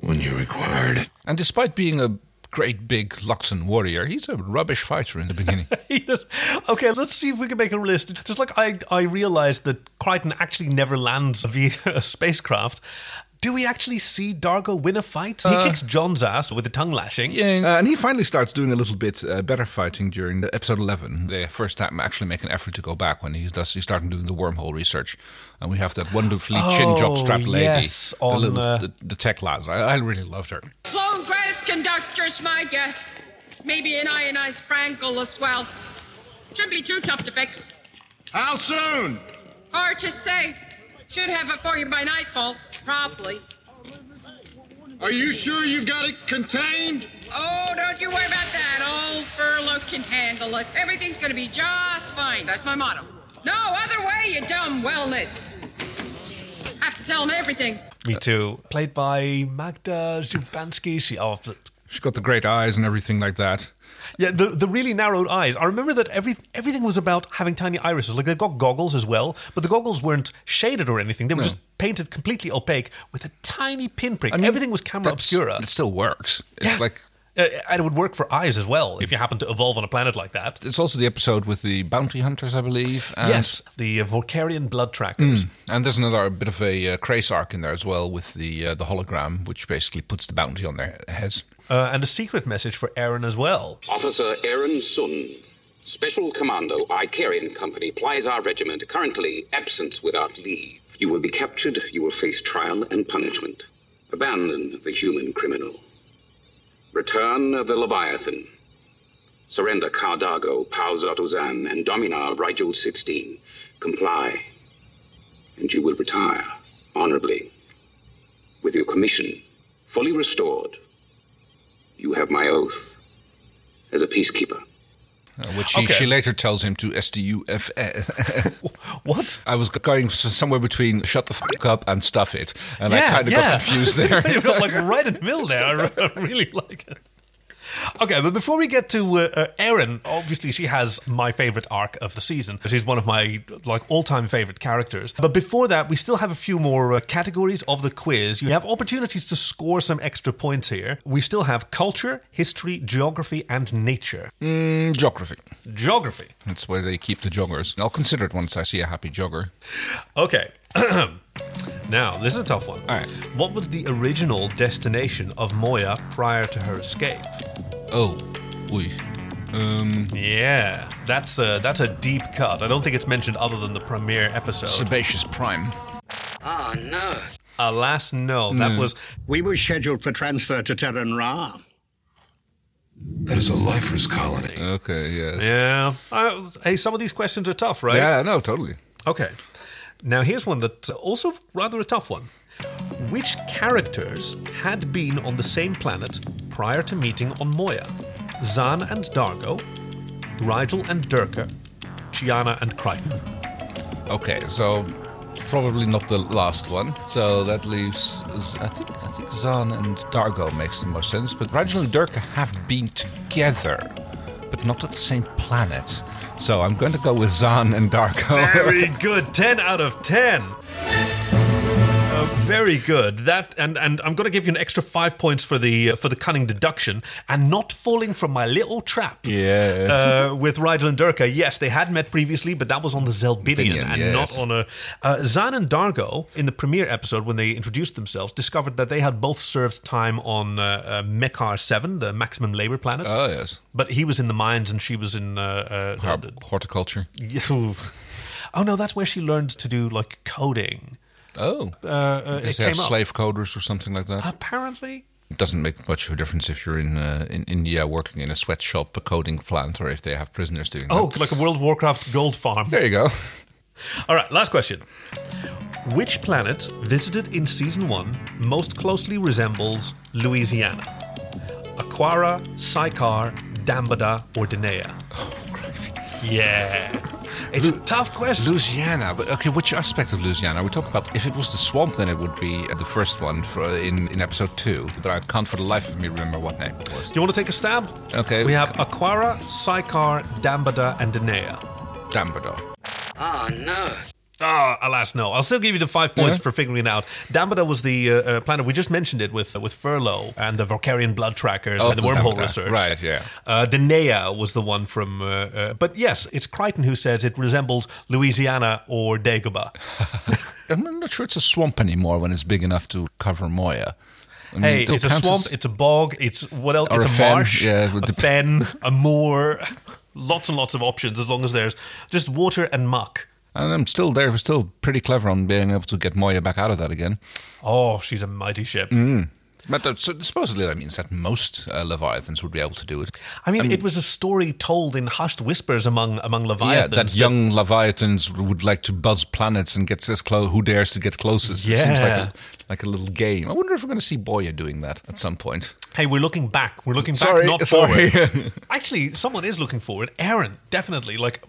S11: When you required it.
S1: And despite being a great big Luxon warrior, he's a rubbish fighter in the beginning.
S2: He does- okay, let's see if we can make a list. Just like I, I realized that Crichton actually never lands via a spacecraft. Do we actually see Dargo win a fight?
S1: Uh,
S2: he kicks John's ass with a tongue lashing.
S1: Yeah, uh, and he finally starts doing a little bit uh, better fighting during the episode 11. They first time actually make an effort to go back when he does, he's starting doing the wormhole research. And we have that wonderfully chin
S2: Oh,
S1: job strap lady,
S2: yes,
S1: the,
S2: on,
S1: little,
S2: uh,
S1: the, the tech lads. I, I really loved her.
S14: Flown grass conductors, my guess. Maybe an ionized frangle as well. Should be too tough to fix.
S5: How soon?
S14: Hard to say. Should have it for you by nightfall, probably.
S5: Are you sure you've got it contained?
S14: Oh, don't you worry about that. Old furlough can handle it. Everything's gonna be just fine. That's my motto. No other way, you dumb wellnits. Have to tell them everything.
S2: Me too. Uh, Played by Magda Zubanski. She, oh,
S1: She's got the great eyes and everything like that.
S2: yeah, the, the really narrowed eyes. I remember that every, everything was about having tiny irises. Like they got goggles as well, but the goggles weren't shaded or anything. They were
S1: No.
S2: just painted completely opaque with a tiny pinprick.
S1: I mean,
S2: everything was camera
S1: that's-
S2: obscura.
S1: It still works. It's like
S2: Uh, and it would work for eyes as well if you happen to evolve on a planet like that.
S1: it's also the episode with the bounty hunters, I believe. And
S2: yes, the uh, Vorkarian blood trackers.
S1: Mm. And there's another bit of a uh, Krace arc in there as well with the uh, the hologram, which basically puts the bounty on their heads.
S2: Uh, and a secret message for Aaron as well.
S15: Officer Aaron Sun, Special Commando Icarian Company, Plizar Regiment, currently absent without leave. You will be captured, you will face trial and punishment. Abandon the human criminal. Return of the Leviathan. Surrender Cardago, Pau Zotuzan, and Dominar Rigel 16. Comply, and you will retire honorably. With your commission fully restored, you have my oath as a peacekeeper.
S1: Uh, which she,
S15: Okay.
S1: she later tells him to SDUF.
S2: what?
S1: I was going s- somewhere between shut the fuck up and stuff it. And I kind of got confused there.
S2: you got like right in the middle there. I re- I really like it. Okay, but before we get to uh, uh, Erin, obviously she has my favorite arc of the season. She's one of my like all-time favorite characters. But before that, we still have a few more uh, categories of the quiz. You have opportunities to score some extra points here. We still have culture, history, geography, and nature.
S1: Mm, geography.
S2: Geography.
S1: That's where they keep the joggers. And I'll consider it once I see a happy jogger.
S2: Okay. now, this is a tough one. All right. What was the original destination of Moya prior to her escape?
S1: Oh, oui. Um,
S2: yeah, that's a that's a deep cut. I don't think it's mentioned other than the premiere episode.
S1: Sebaceous Prime.
S6: Oh, no.
S2: Alas, no. That was
S7: We were scheduled for transfer to Terran Ra.
S11: That is a lifer's colony.
S1: Okay, yes.
S2: yeah. Uh, hey, some of these questions are tough, right?
S1: Yeah, no, totally.
S2: Okay. Now here's one that's also rather a tough one. Which characters had been on the same planet prior to meeting on Moya? Zan and Dargo, Rigel and Durka, Chiana and Crichton.
S1: Okay, so probably not the last one. So that leaves, I think, I think Zahn and Dargo makes the most sense. But Rigel and Durka have been together, but not at the same planet. So I'm going to go with Zahn and Dargo.
S2: Very good. 10 out of 10. Uh, very good. That and and I'm going to give you an extra five points for the uh, for the cunning deduction and not falling from my little trap.
S1: Yes.
S2: Uh, with Rydell and Durka, yes, they had met previously, but that was on the Zelbidian
S1: Binion,
S2: and
S1: yes.
S2: not on a. Uh, Zan and Dargo in the premiere episode when they introduced themselves discovered that they had both served time on uh, uh, Mekar Seven, the maximum labor planet.
S1: Oh, yes.
S2: But he was in the mines and she was in uh, uh,
S1: Har- horticulture.
S2: Yes, oof. Oh no, that's where she learned to do like coding.
S1: Oh,
S2: uh, uh,
S1: Does it
S2: it
S1: have
S2: came up. Uh,
S1: slave coders or something like that?
S2: Apparently,
S1: It doesn't make much of a difference if you're in uh, in India working in a sweatshop, a coding plant, or if they have prisoners doing
S2: oh,
S1: that.
S2: like a World of Warcraft gold farm.
S1: There you go.
S2: All right, last question. Which planet visited in season one most closely resembles Louisiana? Aquara, Sycar, Dambada, or Denea? Oh, Yeah. It's a tough question.
S1: Louisiana, but okay, which aspect of Louisiana are we talking about? If it was the swamp, then it would be uh, the first one for, in, in episode two, but I can't for the life of me remember what name it was.
S2: Do you want to take a stab?
S1: Okay.
S2: We have Aquara, Sycar, Dambada, and Denea.
S1: Dambada.
S6: Oh, no.
S2: Ah, alas, no. I'll still give you the five points
S1: Yeah.
S2: for figuring it out. Dambada was the uh, uh, planet we just mentioned it with with Furlough and the Vorkarian blood trackers
S1: Oh,
S2: and the
S1: it was
S2: wormhole
S1: Dambada.
S2: research.
S1: Right, yeah.
S2: Uh, Denea was the one from. Uh, uh, but yes, it's Crichton who says it resembles Louisiana or Dagobah.
S1: I'm not sure it's a swamp anymore when it's big enough to cover Moya. I mean,
S2: hey,
S1: they'll
S2: it's a
S1: count
S2: swamp.
S1: as-
S2: It's a bog. It's what else?
S1: Or
S2: it's
S1: a
S2: a,
S1: fen,
S2: marsh.
S1: yeah, it would
S2: a
S1: dep-
S2: fen, a moor. Lots and lots of options as long as there's just water and muck.
S1: And I'm still there. We're still pretty clever on being able to get Moya back out of that again.
S2: Oh, she's a mighty ship.
S1: Mm. But that, so supposedly that means that most uh, Leviathans would be able to do it.
S2: I mean, it was a story told in hushed whispers among among
S1: yeah,
S2: leviathans.
S1: that young Leviathans would like to buzz planets and get as close. Who dares to get closest? It seems like
S2: Yeah.
S1: a, like a little game. I wonder if we're going to see Boya doing that at some point.
S2: Hey, we're looking back. We're looking back,
S1: Sorry,
S2: not
S1: sorry.
S2: forward. Actually, someone is looking forward. Aaron, definitely. Like,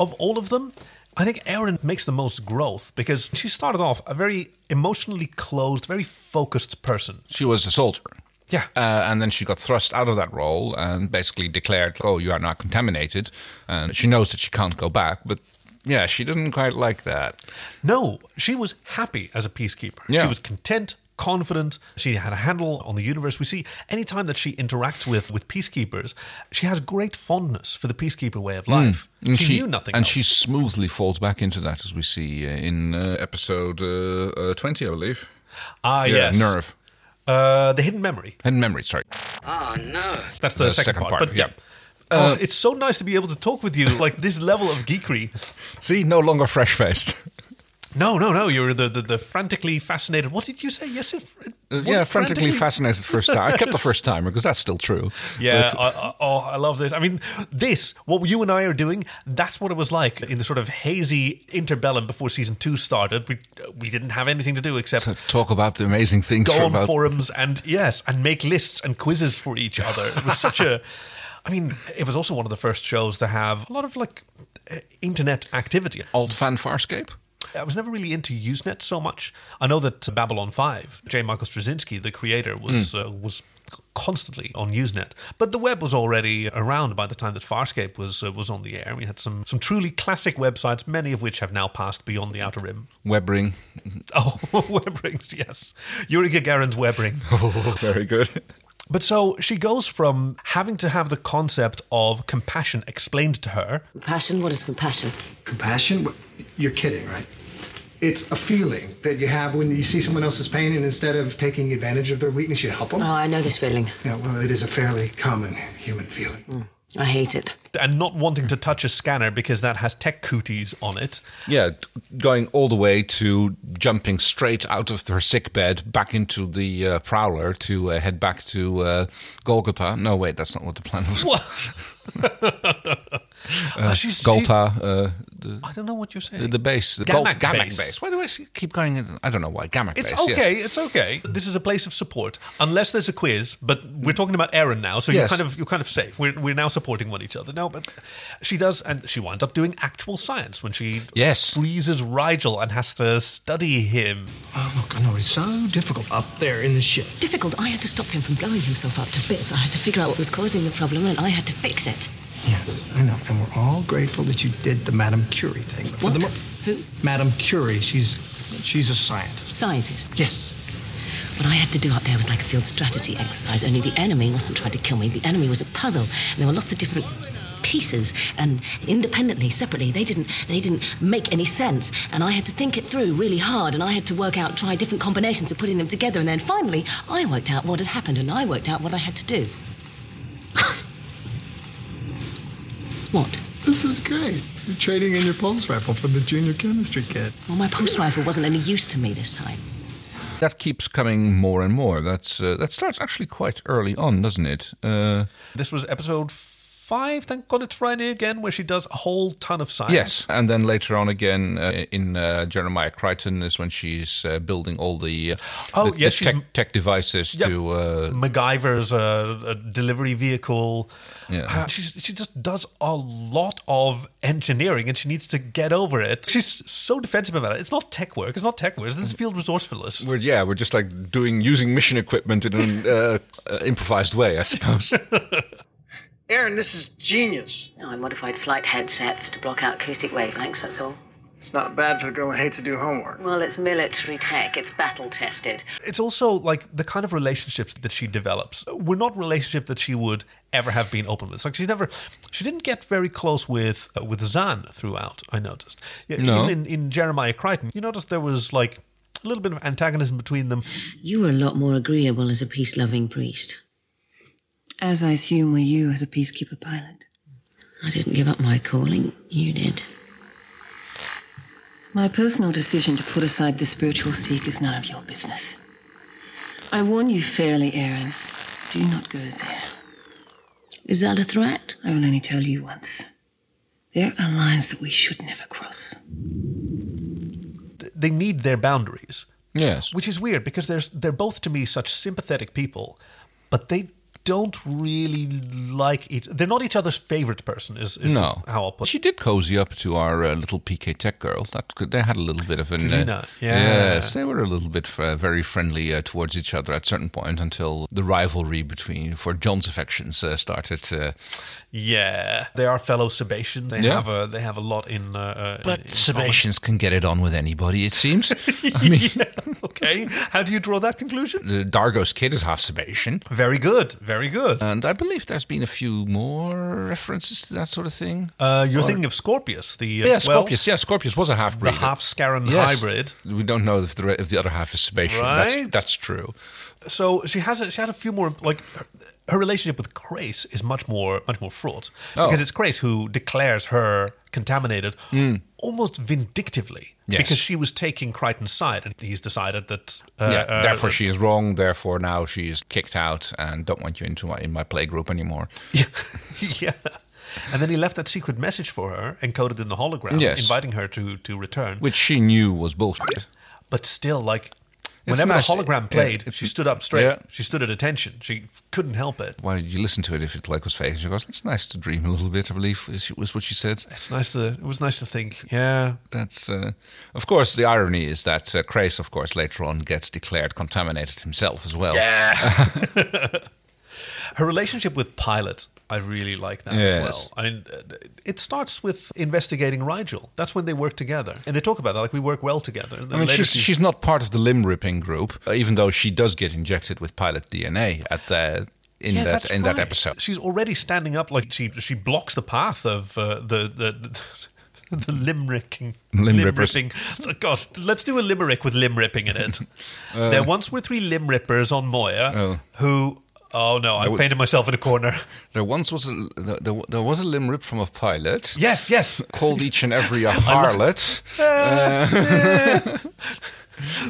S2: of all of them, I think Aaron makes the most growth because she started off a very emotionally closed, very focused person.
S1: She was a soldier.
S2: Yeah.
S1: Uh, and then she got thrust out of that role and basically declared, "Oh, you are now contaminated." And she knows that she can't go back, but yeah, she didn't quite like that.
S2: No, she was happy as a peacekeeper.
S1: Yeah.
S2: She was content, confident. She had a handle on the universe. We see anytime that she interacts with, with peacekeepers, she has great fondness for the peacekeeper way of life.
S1: Mm. And
S2: She, knew nothing
S1: and
S2: else.
S1: she smoothly falls back into that, as we see uh, in uh, episode uh, uh, twenty, I believe.
S2: ah,
S1: yeah,
S2: yes.
S1: nerve
S2: Uh, the hidden memory.
S1: and memory. Sorry,
S6: Oh, no.
S2: That's the,
S1: The
S2: second,
S1: second
S2: part.
S1: part,
S2: But
S1: yeah.
S2: Oh,
S1: Uh,
S2: it's so nice to be able to talk with you, like this level of geekery.
S1: see, no longer fresh faced.
S2: No, no, no. You're the, the, the frantically fascinated. What did you say? Yes, it, it was
S1: Uh, yeah, frantically fascinated first time. I kept the first timer because that's still true.
S2: Yeah,
S1: But-
S2: I, I, oh, I love this. I mean, this, what you and I are doing, that's what it was like in the sort of hazy interbellum before season two started. We, we didn't have anything to do except
S1: talk about the amazing things
S2: go
S1: for
S2: on
S1: about
S2: forums and, yes, and make lists and quizzes for each other. It was such a. I mean, it was also one of the first shows to have a lot of like uh, internet activity.
S1: old fan Farscape.
S2: I was never really into Usenet so much. I know that Babylon 5, J. Michael Straczynski, the creator, was uh, was constantly on Usenet. But the web was already around by the time that Farscape was uh, was on the air. We had some some truly classic websites, many of which have now passed beyond the outer rim.
S1: Web ring.
S2: Oh, web rings, yes. Yuri Gagarin's web ring.
S1: Oh, very good.
S2: But so she goes from having to have the concept of compassion explained to her
S13: Compassion? What is compassion?
S5: Compassion? What- You're kidding, right? It's a feeling that you have when you see someone else's pain, and instead of taking advantage of their weakness, you help them.
S13: Oh, I know this feeling.
S5: Yeah, well, it is a fairly common human feeling.
S13: I hate it.
S2: and not wanting to touch a scanner because that has tech cooties on it.
S1: Yeah, going all the way to jumping straight out of her sick bed back into the uh, prowler to uh, head back to uh, Golgotha. No, wait, that's not what the plan was.
S2: What?
S1: Uh,
S2: she's- she-
S1: Golta, uh, the,
S2: I don't know what you're saying.
S1: the, the base, the
S2: Gamak
S1: Gamak
S2: base.
S1: base. Why do I s- keep going? In, I don't know why Gamak
S2: It's
S1: base. yes.
S2: okay. It's okay. This is a place of support, unless there's a quiz. But we're talking about Aaron now, so you're
S1: Yes.
S2: kind of you're kind of safe. We're, we're now supporting one each other. No, but she does, and she winds up doing actual science when she
S1: Yes.
S2: freezes Rigel and has to study him.
S5: Oh, look, I know it's so difficult up there in the ship.
S13: Difficult. I had to stop him from blowing himself up to bits. I had to figure out what was causing the problem, and I had to fix it.
S5: Yes, I know. And we're all grateful that you did the Madame Curie thing. But For
S13: What?
S5: the mo-
S13: Who?
S5: Madame Curie, she's She's a scientist.
S13: Scientist?
S5: Yes.
S13: What I had to do up there was like a field strategy exercise, only the enemy wasn't trying to kill me. The enemy was a puzzle, and there were lots of different pieces and independently separately they didn't they didn't make any sense and i had to think it through really hard and i had to work out try different combinations of putting them together and then finally i worked out what had happened and i worked out what i had to do what
S5: This is great. You're trading in your pulse rifle for the junior chemistry kid.
S13: well my pulse rifle wasn't any use to me this time
S1: That keeps coming more and more. That's uh, that starts actually quite early on, doesn't it? Uh,
S2: This was episode five. Thank God it's Friday again, where she does a whole ton of science.
S1: yes, and then later on again uh, in uh, Jeremiah Crichton is when she's uh, building all the uh,
S2: Oh,
S1: the,
S2: yes,
S1: the
S2: she's-
S1: tech, tech devices
S2: Yep.
S1: to uh,
S2: MacGyver's a, a delivery vehicle.
S1: Yeah.
S2: Uh, she's, she just does a lot of engineering and she needs to get over it. She's so defensive about it. It's not tech work. It's not tech work. This is field resourcefulness.
S1: We're, yeah, we're just like doing using mission equipment in an uh, uh, improvised way, I suppose.
S5: Aaron, this is genius.
S13: No, Oh, I modified flight headsets to block out acoustic wavelengths, that's all.
S5: It's not bad for the girl who hates to do homework.
S13: Well, it's military tech, it's battle tested.
S2: It's also like the kind of relationships that she develops were not relationships that she would ever have been open with. It's Like she never, she didn't get very close with uh, with Zan throughout. I noticed. Yeah,
S5: No.
S2: Even in, in Jeremiah Crichton, you noticed there was like a little bit of antagonism between them.
S13: You were a lot more agreeable as a peace loving priest.
S4: As I assume were you as a peacekeeper pilot.
S13: I didn't give up my calling, you did.
S4: My personal decision to put aside the spiritual seek is none of your business. I warn you fairly, Aaron. Do not go there.
S13: Is that a threat?
S4: I will only tell you once. There are lines that we should never cross.
S2: th- they need their boundaries.
S1: Yes,
S2: which is weird because there's they're both to me such sympathetic people, but they don't really like each. They're not each other's favorite person. Is, is
S1: no,
S2: how I'll put.
S1: she did cozy up to our uh, little PK Tech girl. That could- they had a little bit of an uh,
S2: Kalina, yeah.
S1: yes, they were a little bit uh, very friendly uh, towards each other at certain point until the rivalry between for John's affections uh, started. Uh,
S2: Yeah, they are fellow Sebastian. They
S1: Yeah.
S2: have a they have a lot in. Uh, uh, in
S1: but
S2: common.
S1: Sebastians can get it on with anybody, it seems. I mean,
S2: okay, how do you draw that conclusion?
S1: the Dargo's kid is half Sebastian.
S2: Very good, very good.
S1: And I believe there's been a few more references to that sort of thing.
S2: Uh, you're
S1: Or-
S2: thinking of Scorpius, the uh,
S1: Yeah,
S2: well,
S1: Scorpius. yeah, Scorpius was a half breed.
S2: the half Scaran hybrid.
S1: We don't know if the re- if the other half is Sebastian. That's,
S2: Right.
S1: that's true.
S2: So she has a, she had a few more like her, her relationship with Grace is much more much more fraught
S1: Oh.
S2: because it's Grace who declares her contaminated almost vindictively
S1: Hmm. Yes.
S2: because she was taking Crichton's side and he's decided that uh,
S1: yeah.
S2: uh,
S1: therefore, she is wrong. Therefore, now she is kicked out and don't want you into my in my playgroup anymore.
S2: yeah. And then he left that secret message for her, encoded in the hologram,
S1: Yes.
S2: inviting her to, to return.
S1: Which she knew was bullshit.
S2: But still, like,
S1: It's
S2: whenever
S1: nice-
S2: the hologram played,
S1: yeah, it's-
S2: she stood up straight.
S1: yeah.
S2: She stood at attention. She couldn't help it.
S1: Why did you listen to it if it like was fake? And she goes, "It's nice to dream a little bit." I believe is- was what she said.
S2: It's nice to. It was nice to think. Yeah.
S1: That's uh, of course the irony is that uh, Crace, of course, later on gets declared contaminated himself as well.
S2: Yeah. Her relationship with Pilot, I really like that as
S1: Yes.
S2: well. I mean, uh, it starts with investigating Rigel. That's when they work together, and they talk about that like we work well together. And
S1: I mean,
S2: later
S1: she's, she's not part of the limb ripping group, uh, even though she does get injected with pilot DNA at the in
S2: Yeah,
S1: that
S2: that's
S1: in that
S2: right.
S1: episode.
S2: She's already standing up like she she blocks the path of uh, the the. The limb ripping.
S1: Limb rippers.
S2: ripping. Oh, God, let's do a limerick with limb ripping in it.
S1: Uh,
S2: there once were three limb rippers on Moya
S1: Oh.
S2: who. Oh no, I've
S1: would-
S2: painted myself in a corner.
S1: There once was a there- there, there was a limb rip from a pilot.
S2: Yes, yes.
S1: Called each and every a harlot. Uh,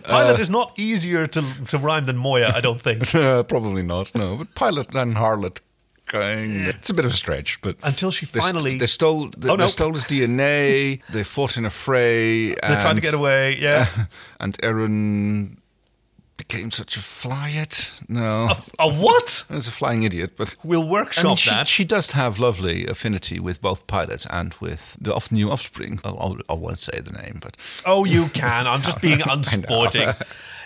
S2: Pilot is not easier to to rhyme than Moya, I don't think.
S1: uh, probably not. No, but pilot and harlot. Kind. It's a bit of a stretch, but
S2: Until she
S1: they st-
S2: finally-
S1: they stole they,
S2: Oh, no.
S1: they stole his DNA. They fought in a fray. They
S2: tried to get away, yeah.
S1: and Aaron became such a flyet. No,
S2: A what?
S1: As a flying idiot, but
S2: we'll
S1: I
S2: workshop
S1: mean, she,
S2: that.
S1: she does have lovely affinity with both Pilot and with the off- new offspring. I, I won't say the name, but
S2: oh, you can. I'm just being unsporting.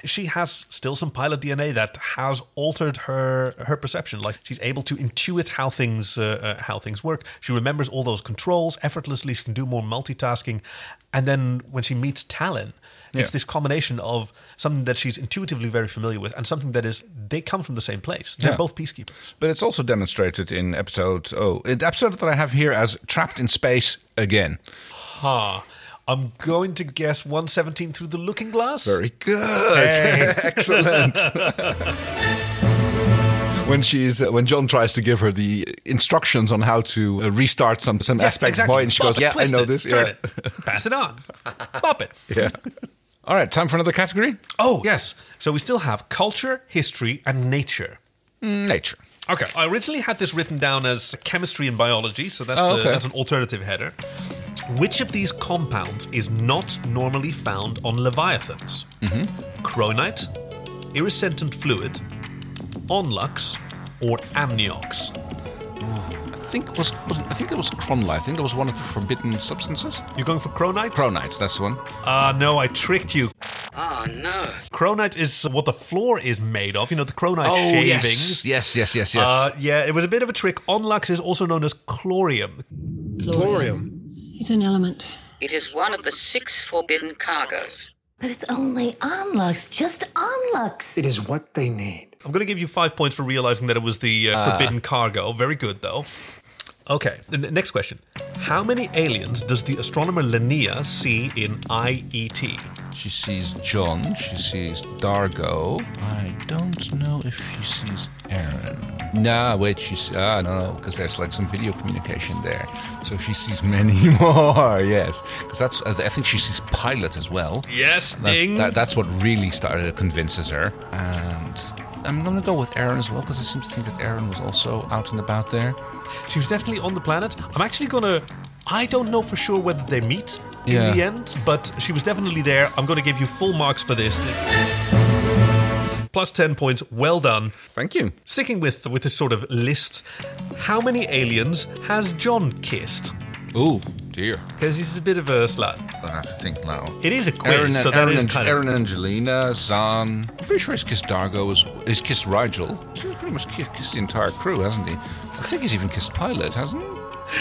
S2: she has still some pilot DNA that has altered her her perception. Like she's able to intuit how things uh, uh, how things work. She remembers all those controls effortlessly. She can do more multitasking, and then when she meets Talon. It's
S1: Yeah.
S2: this combination of something that she's intuitively very familiar with and something that is, they come from the same place. They're
S1: Yeah.
S2: both peacekeepers.
S1: But it's also demonstrated in episode oh, in the episode that I have here as trapped in space again.
S2: Ha. I'm going to guess 117 through the looking glass.
S1: Very good.
S2: Hey.
S1: Excellent. When she's uh, when John tries to give her the instructions on how to uh, restart some some aspects of
S2: exactly.
S1: Moy, and she
S2: Pop
S1: goes,
S2: it,
S1: "Yeah, I
S2: twist
S1: know
S2: it,
S1: this."
S2: turn
S1: Yeah.
S2: Pass it on. Pop it.
S1: yeah. All right, time for another category.
S2: Oh, yes. So we still have culture, history, and nature.
S1: Nature.
S2: Okay, I originally had this written down as chemistry and biology, so that's,
S1: Oh,
S2: the,
S1: okay.
S2: that's an alternative header. Which of these compounds is not normally found on leviathans?
S1: Mm-hmm.
S2: Chronite, iridescent fluid, onlux, or amniox?
S1: I think was, was I think it was Cronlite. I think it was one of the forbidden substances.
S2: You're going for Chronite?
S1: Chronite, that's the one.
S2: Ah, no, I tricked you.
S6: Oh no.
S2: Chronite is what the floor is made of. You know, the chronite
S1: oh
S2: shavings.
S1: yes, yes, yes, yes, yes.
S2: Uh, yeah, it was a bit of a trick. Onlux is also known as chlorium.
S4: Chlorium. It's an element.
S6: It is one of the six forbidden cargoes.
S13: But it's only onlux, just onlux.
S5: It is what they need.
S2: I'm going to give you five points for realizing that it was the uh,
S5: Ah.
S2: forbidden cargo. Very good, though. Okay, the n- next question. How many aliens does the astronomer Linnea see in E IET?
S1: She sees John. She sees Dargo. I don't know if she sees Aaron. Nah, wait. She's ah no, because there's like some video communication there, so she sees many more. Yes, because that's uh, I th- I think she sees Pilot as well.
S2: Yes,
S1: That's-
S2: ding.
S1: That, that's what really started convinces her. And I'm gonna go with Aaron as well because I seem to think that Aaron was also out and about there.
S2: She was definitely on the planet. I'm actually going to. I don't know for sure whether they meet
S1: Yeah.
S2: in the end, but she was definitely there. I'm going to give you full marks for this. Plus 10 points. Well done.
S1: Thank you.
S2: Sticking with with this sort of list, how many aliens has John kissed?
S1: Ooh, dear.
S2: Because this is a bit of a slut.
S1: I have to think now.
S2: It is a quiz,
S1: Aaron,
S2: so that
S1: Aaron,
S2: is
S1: and-
S2: kind
S1: Aaron
S2: of.
S1: and Angelina, Zahn. I'm pretty sure he's kissed Dargo. As, he's kissed Rigel. He's pretty much ki- kissed the entire crew, hasn't he? I think he's even kissed Pilot, hasn't he?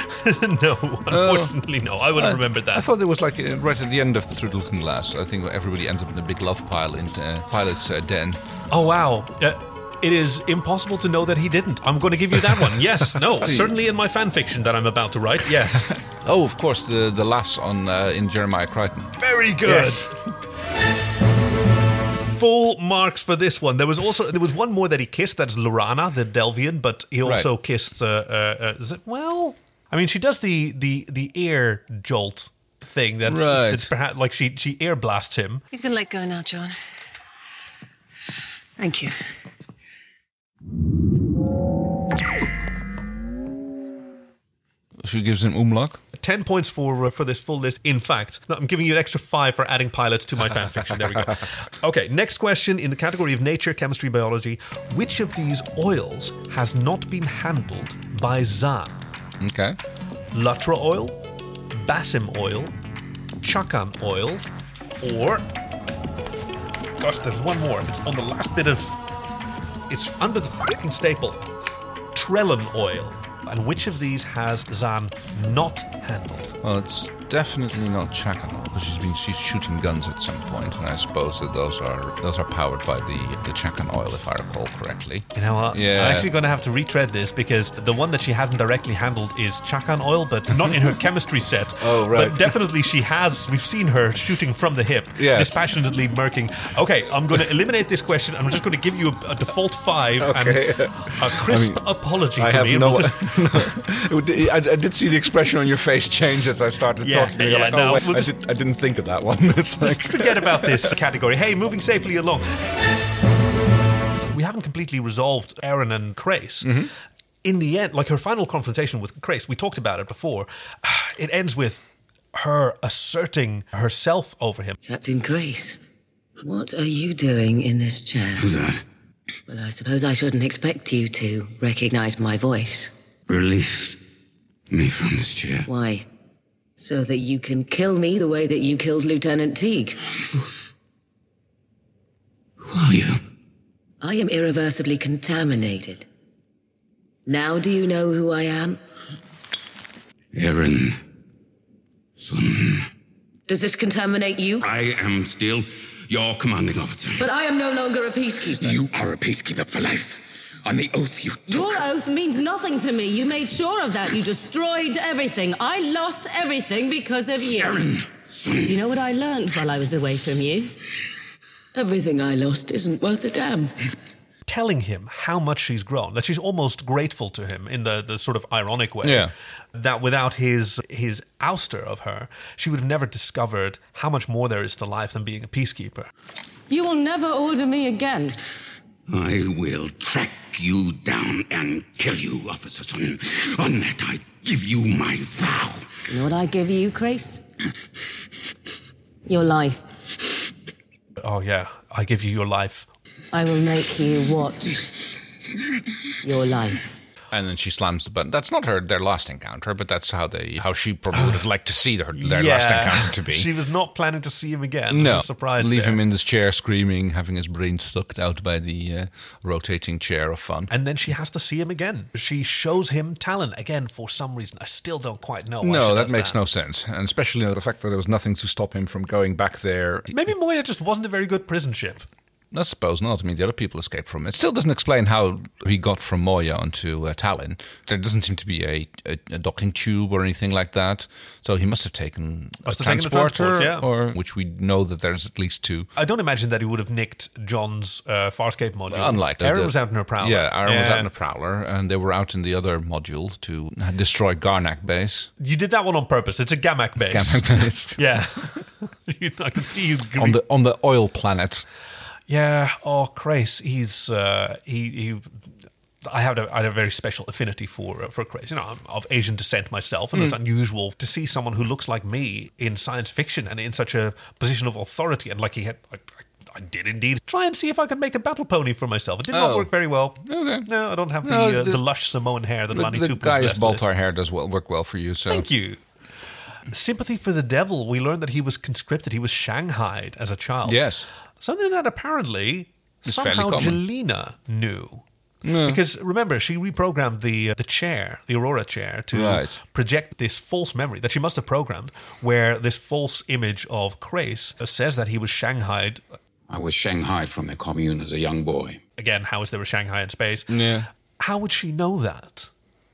S2: no, unfortunately, no. I would have remembered
S1: Oh. Uh, I
S2: that.
S1: thought it was like uh, right at the end of the Through the Looking Glass. I think everybody ends up in a big love pile in uh, Pilot's uh, den.
S2: Oh wow! Uh, it is impossible to know that he didn't. I'm going to give you that one. Yes, no, certainly in my fan fiction that I'm about to write. Yes,
S1: Oh, of course, the the lass on uh, in Jeremiah Crichton.
S2: very good.
S1: Yes.
S2: Full marks for this one. There was also there was one more that he kissed. That's Lorana, the Delvian, but he
S1: Right.
S2: also kissed. Uh, uh, uh, is it, well, I mean, she does the the the air jolt thing. That's,
S1: Right.
S2: that's perhaps like she she air blasts him.
S4: You can let go now, John. Thank you.
S1: She gives him umlaut.
S2: 10 points for uh, for this full list. In fact, no, I'm giving you an extra 5 for adding pilots to my fanfiction. There we go. Okay, next question in the category of nature, chemistry, biology. Which of these oils has not been handled by Zahn?
S1: Okay.
S2: Latra oil, Basim oil, Chakan oil, or. Gosh, there's one more. It's on the last bit of. It's under the fucking staple. Trellin oil. And which of these has Zahn not handled?
S1: Well, it's definitely not Chakanol because she's been she's shooting guns at some point, and I suppose that those are those are powered by the the Chakan oil, if I recall correctly.
S2: You know what?
S1: Yeah.
S2: I'm actually going to have to retread this because the one that she hasn't directly handled is Chakan oil, but not in her chemistry set.
S1: Oh, right.
S2: But definitely she has. We've seen her shooting from the hip,
S1: Yes.
S2: dispassionately murking. Okay, I'm going to eliminate this question. I'm just going to give you a, a default five
S1: Okay.
S2: and a crisp
S1: I mean,
S2: apology
S1: I
S2: for
S1: have
S2: me. and
S1: no.
S2: we'll just-
S1: I, I did see the expression on your face change as I started
S2: Yeah,
S1: talking. You're
S2: yeah,
S1: like, oh,
S2: no,
S1: wait,
S2: we'll just-
S1: I, did, I didn't think of that one. It's like,
S2: Just forget about this category. Hey, moving safely along. We haven't completely resolved Aaron and Crace. In the end, like her final confrontation with Crace, we talked about it before. It ends with her asserting herself over him.
S4: Captain Grace, what are you doing in this chair?
S3: Who's that?
S4: Well, I suppose I shouldn't expect you to recognize my voice.
S3: Relief me from this chair.
S4: Why? So that you can kill me the way that you killed Lieutenant Teague.
S3: Who are you?
S4: I am irreversibly contaminated. Now do you know who I am?
S3: Aaron. Son.
S4: Does this contaminate you?
S7: I am still your commanding officer.
S4: But I am no longer a peacekeeper.
S7: You are a peacekeeper for life. On the oath you.
S16: Your oath means nothing to me. You made sure of that. You destroyed everything. I lost everything because of you.
S4: Do you know what I learned while I was away from you? Everything I lost isn't worth a damn.
S2: telling him how much she's grown, that she's almost grateful to him in the, the sort of ironic way.
S1: Yeah.
S2: That without his his ouster of her, she would have never discovered how much more there is to life than being a peacekeeper.
S16: You will never order me again.
S7: I will track you down and kill you, Officer Sun. On that, I give you my vow.
S16: You know what I give you, Grace? Your life.
S2: Oh yeah, I give you your life.
S16: I will make you watch your life.
S1: And then she slams the button. That's not her their last encounter, but that's how they how she probably would have liked to see their, their last
S2: Yeah.
S1: encounter to be.
S2: She was not planning to see him again.
S1: no,
S2: surprise.
S1: leave him in this chair screaming, having his brain sucked out by the uh, rotating chair of fun.
S2: And then she has to see him again. She shows him talent again for some reason. I still don't quite know. Why she
S1: no, that
S2: does
S1: makes no sense, and especially the fact that there was nothing to stop him from going back there.
S2: Maybe Moya just wasn't a very good prison ship.
S1: I suppose not. I mean, the other people escaped from it. Still doesn't explain how he got from Moya onto uh, Tallinn. There doesn't seem to be a, a, a docking tube or anything like that. So he must have taken
S2: Must
S1: a
S2: have taken a
S1: transporter,
S2: transport, yeah.
S1: or which we know that there's at least two.
S2: I don't imagine that he would have nicked John's uh, Farscape module.
S1: Unlikely.
S2: Aaron
S1: The-
S2: was out in her prowler.
S1: Yeah, Aaron was out in a prowler, and they were out in the other module to destroy Garnak base.
S2: You did that one on purpose. It's a Gamak base.
S1: Gamak base.
S2: yeah. You- I can see you. gre-
S1: on the on the oil planet.
S2: yeah. Oh, Grace. He's uh, he he. I had a, I had a very special affinity for uh, for Grace. You know, I'm of Asian descent myself, and it's
S1: Mm.
S2: unusual to see someone who looks like me in science fiction and in such a position of authority. And like he had, I, I, I did indeed try and see if I could make a battle pony for myself. It did not
S1: Oh.
S2: work very well.
S1: Okay.
S2: No, I don't have the
S1: No,
S2: uh,
S1: the-
S2: the, lush Samoan hair that
S1: the
S2: Lani
S1: the
S2: Tupu
S1: guy's
S2: blessed with.
S1: Baltar hair does well, work well for you. So
S2: Thank you. Sympathy for the Devil, we learned that he was conscripted. He was shanghaied as a child.
S1: Yes.
S2: Something that apparently
S1: It's fairly
S2: somehow
S1: common.
S2: Jelena knew.
S1: Yeah.
S2: Because remember, she reprogrammed the the chair, the Aurora chair, to
S1: Right.
S2: project this false memory that she must have programmed, where this false image of Krace says that he was shanghaied.
S15: I was shanghaied from the commune as a young boy.
S2: Again, how is there a Shanghai in space?
S1: Yeah.
S2: How would she know that?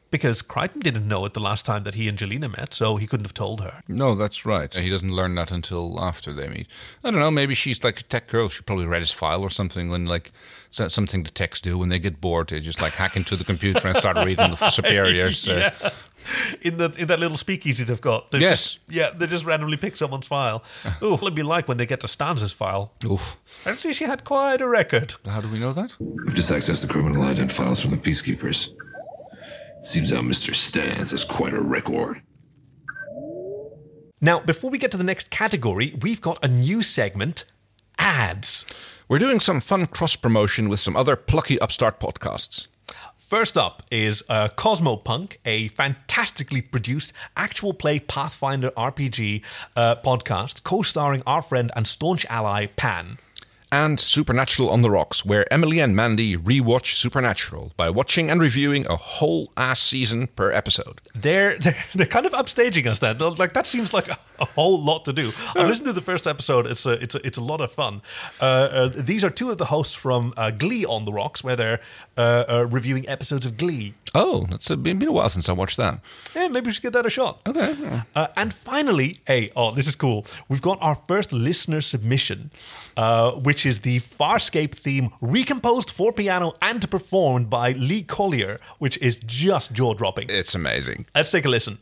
S2: Because Crichton didn't know it the last time that he and Jelena met, so he couldn't have told her.
S1: No, that's right. He doesn't learn that until after they meet. I don't know. Maybe she's like a tech girl. She probably read his file or something. When like so- something the techs do when they get bored, they just like hack into the computer and start reading the superiors. uh,
S2: Yeah. In the in that little speakeasy they've got. They
S1: Yes.
S2: Just, yeah, they just randomly pick someone's file. Ooh, what'll it be like when they get to Stanza's file?
S1: Oof.
S2: Actually, she had quite a record.
S1: How do we know that?
S17: We've just accessed the criminal ident files from the peacekeepers. Seems how Mr. Stans has quite a record.
S2: Now, before we get to the next category, we've got a new segment, ads.
S1: We're doing some fun cross promotion with some other plucky upstart podcasts.
S2: First up is uh, Cosmopunk, a fantastically produced actual play Pathfinder RPG uh, podcast, co starring our friend and staunch ally, Pan.
S1: And Supernatural on the Rocks, where Emily and Mandy rewatch Supernatural by watching and reviewing a whole ass season per episode.
S2: they're they're, they're kind of upstaging us then. Like that seems like a, a whole lot to do. I listened to the first episode. It's a it's a, it's a lot of fun. Uh, uh, these are two of the hosts from uh, Glee on the Rocks, where they're uh, uh, reviewing episodes of Glee.
S1: Oh, that's a, been been a while since I watched that.
S2: Yeah, maybe we should give that a shot.
S1: Okay.
S2: Uh, and finally, hey, oh, this is cool. We've got our first listener submission, uh, which is the Farscape theme recomposed for piano and performed by Lee Collier, which is just jaw dropping.
S1: It's amazing.
S2: Let's take a listen.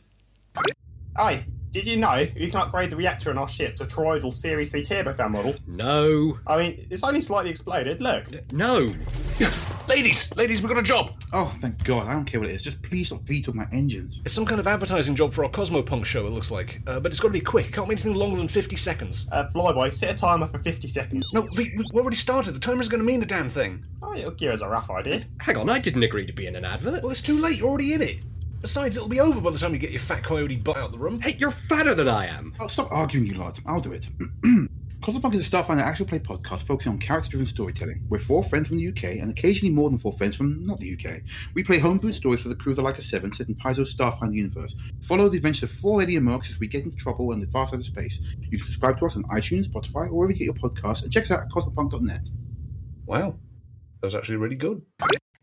S18: Hey, did you know you can upgrade the reactor in our ship to a toroidal Series 3 turbofan model?
S19: No.
S18: I mean, it's only slightly exploded, look.
S19: No.
S2: Ladies, ladies, we got a job.
S19: Oh, thank God. I don't care what it is. Just please don't veto my engines.
S20: It's some kind of advertising job for our Cosmopunk show, it looks like. Uh, but it's got to be quick. Can't be anything longer than 50 seconds.
S18: Uh, flyby, set a timer for 50 seconds.
S20: No, we, we already started. The timer's going to mean a damn thing.
S18: Oh, it'll give us a rough idea.
S20: Hang on, I didn't agree to be in an advert. Well, it's too late. You're already in it. Besides, it'll be over by the time you get your fat coyote butt out of the room. Hey, you're fatter than I am.
S19: Oh, stop arguing, you lot. I'll do it. Cosmopunk is a Starfinder actual play podcast focusing on character driven storytelling. We're four friends from the UK and occasionally more than four friends from not the UK. We play homebrew stories for the crew of the Leica 7 set in Paizo's Starfinder universe. Follow the adventures of four alien mercs as we get into trouble in the far side of space. You can subscribe to us on iTunes, Spotify, or wherever you get your podcasts and check us out at cosmopunk.net.
S20: Wow. That was actually really good.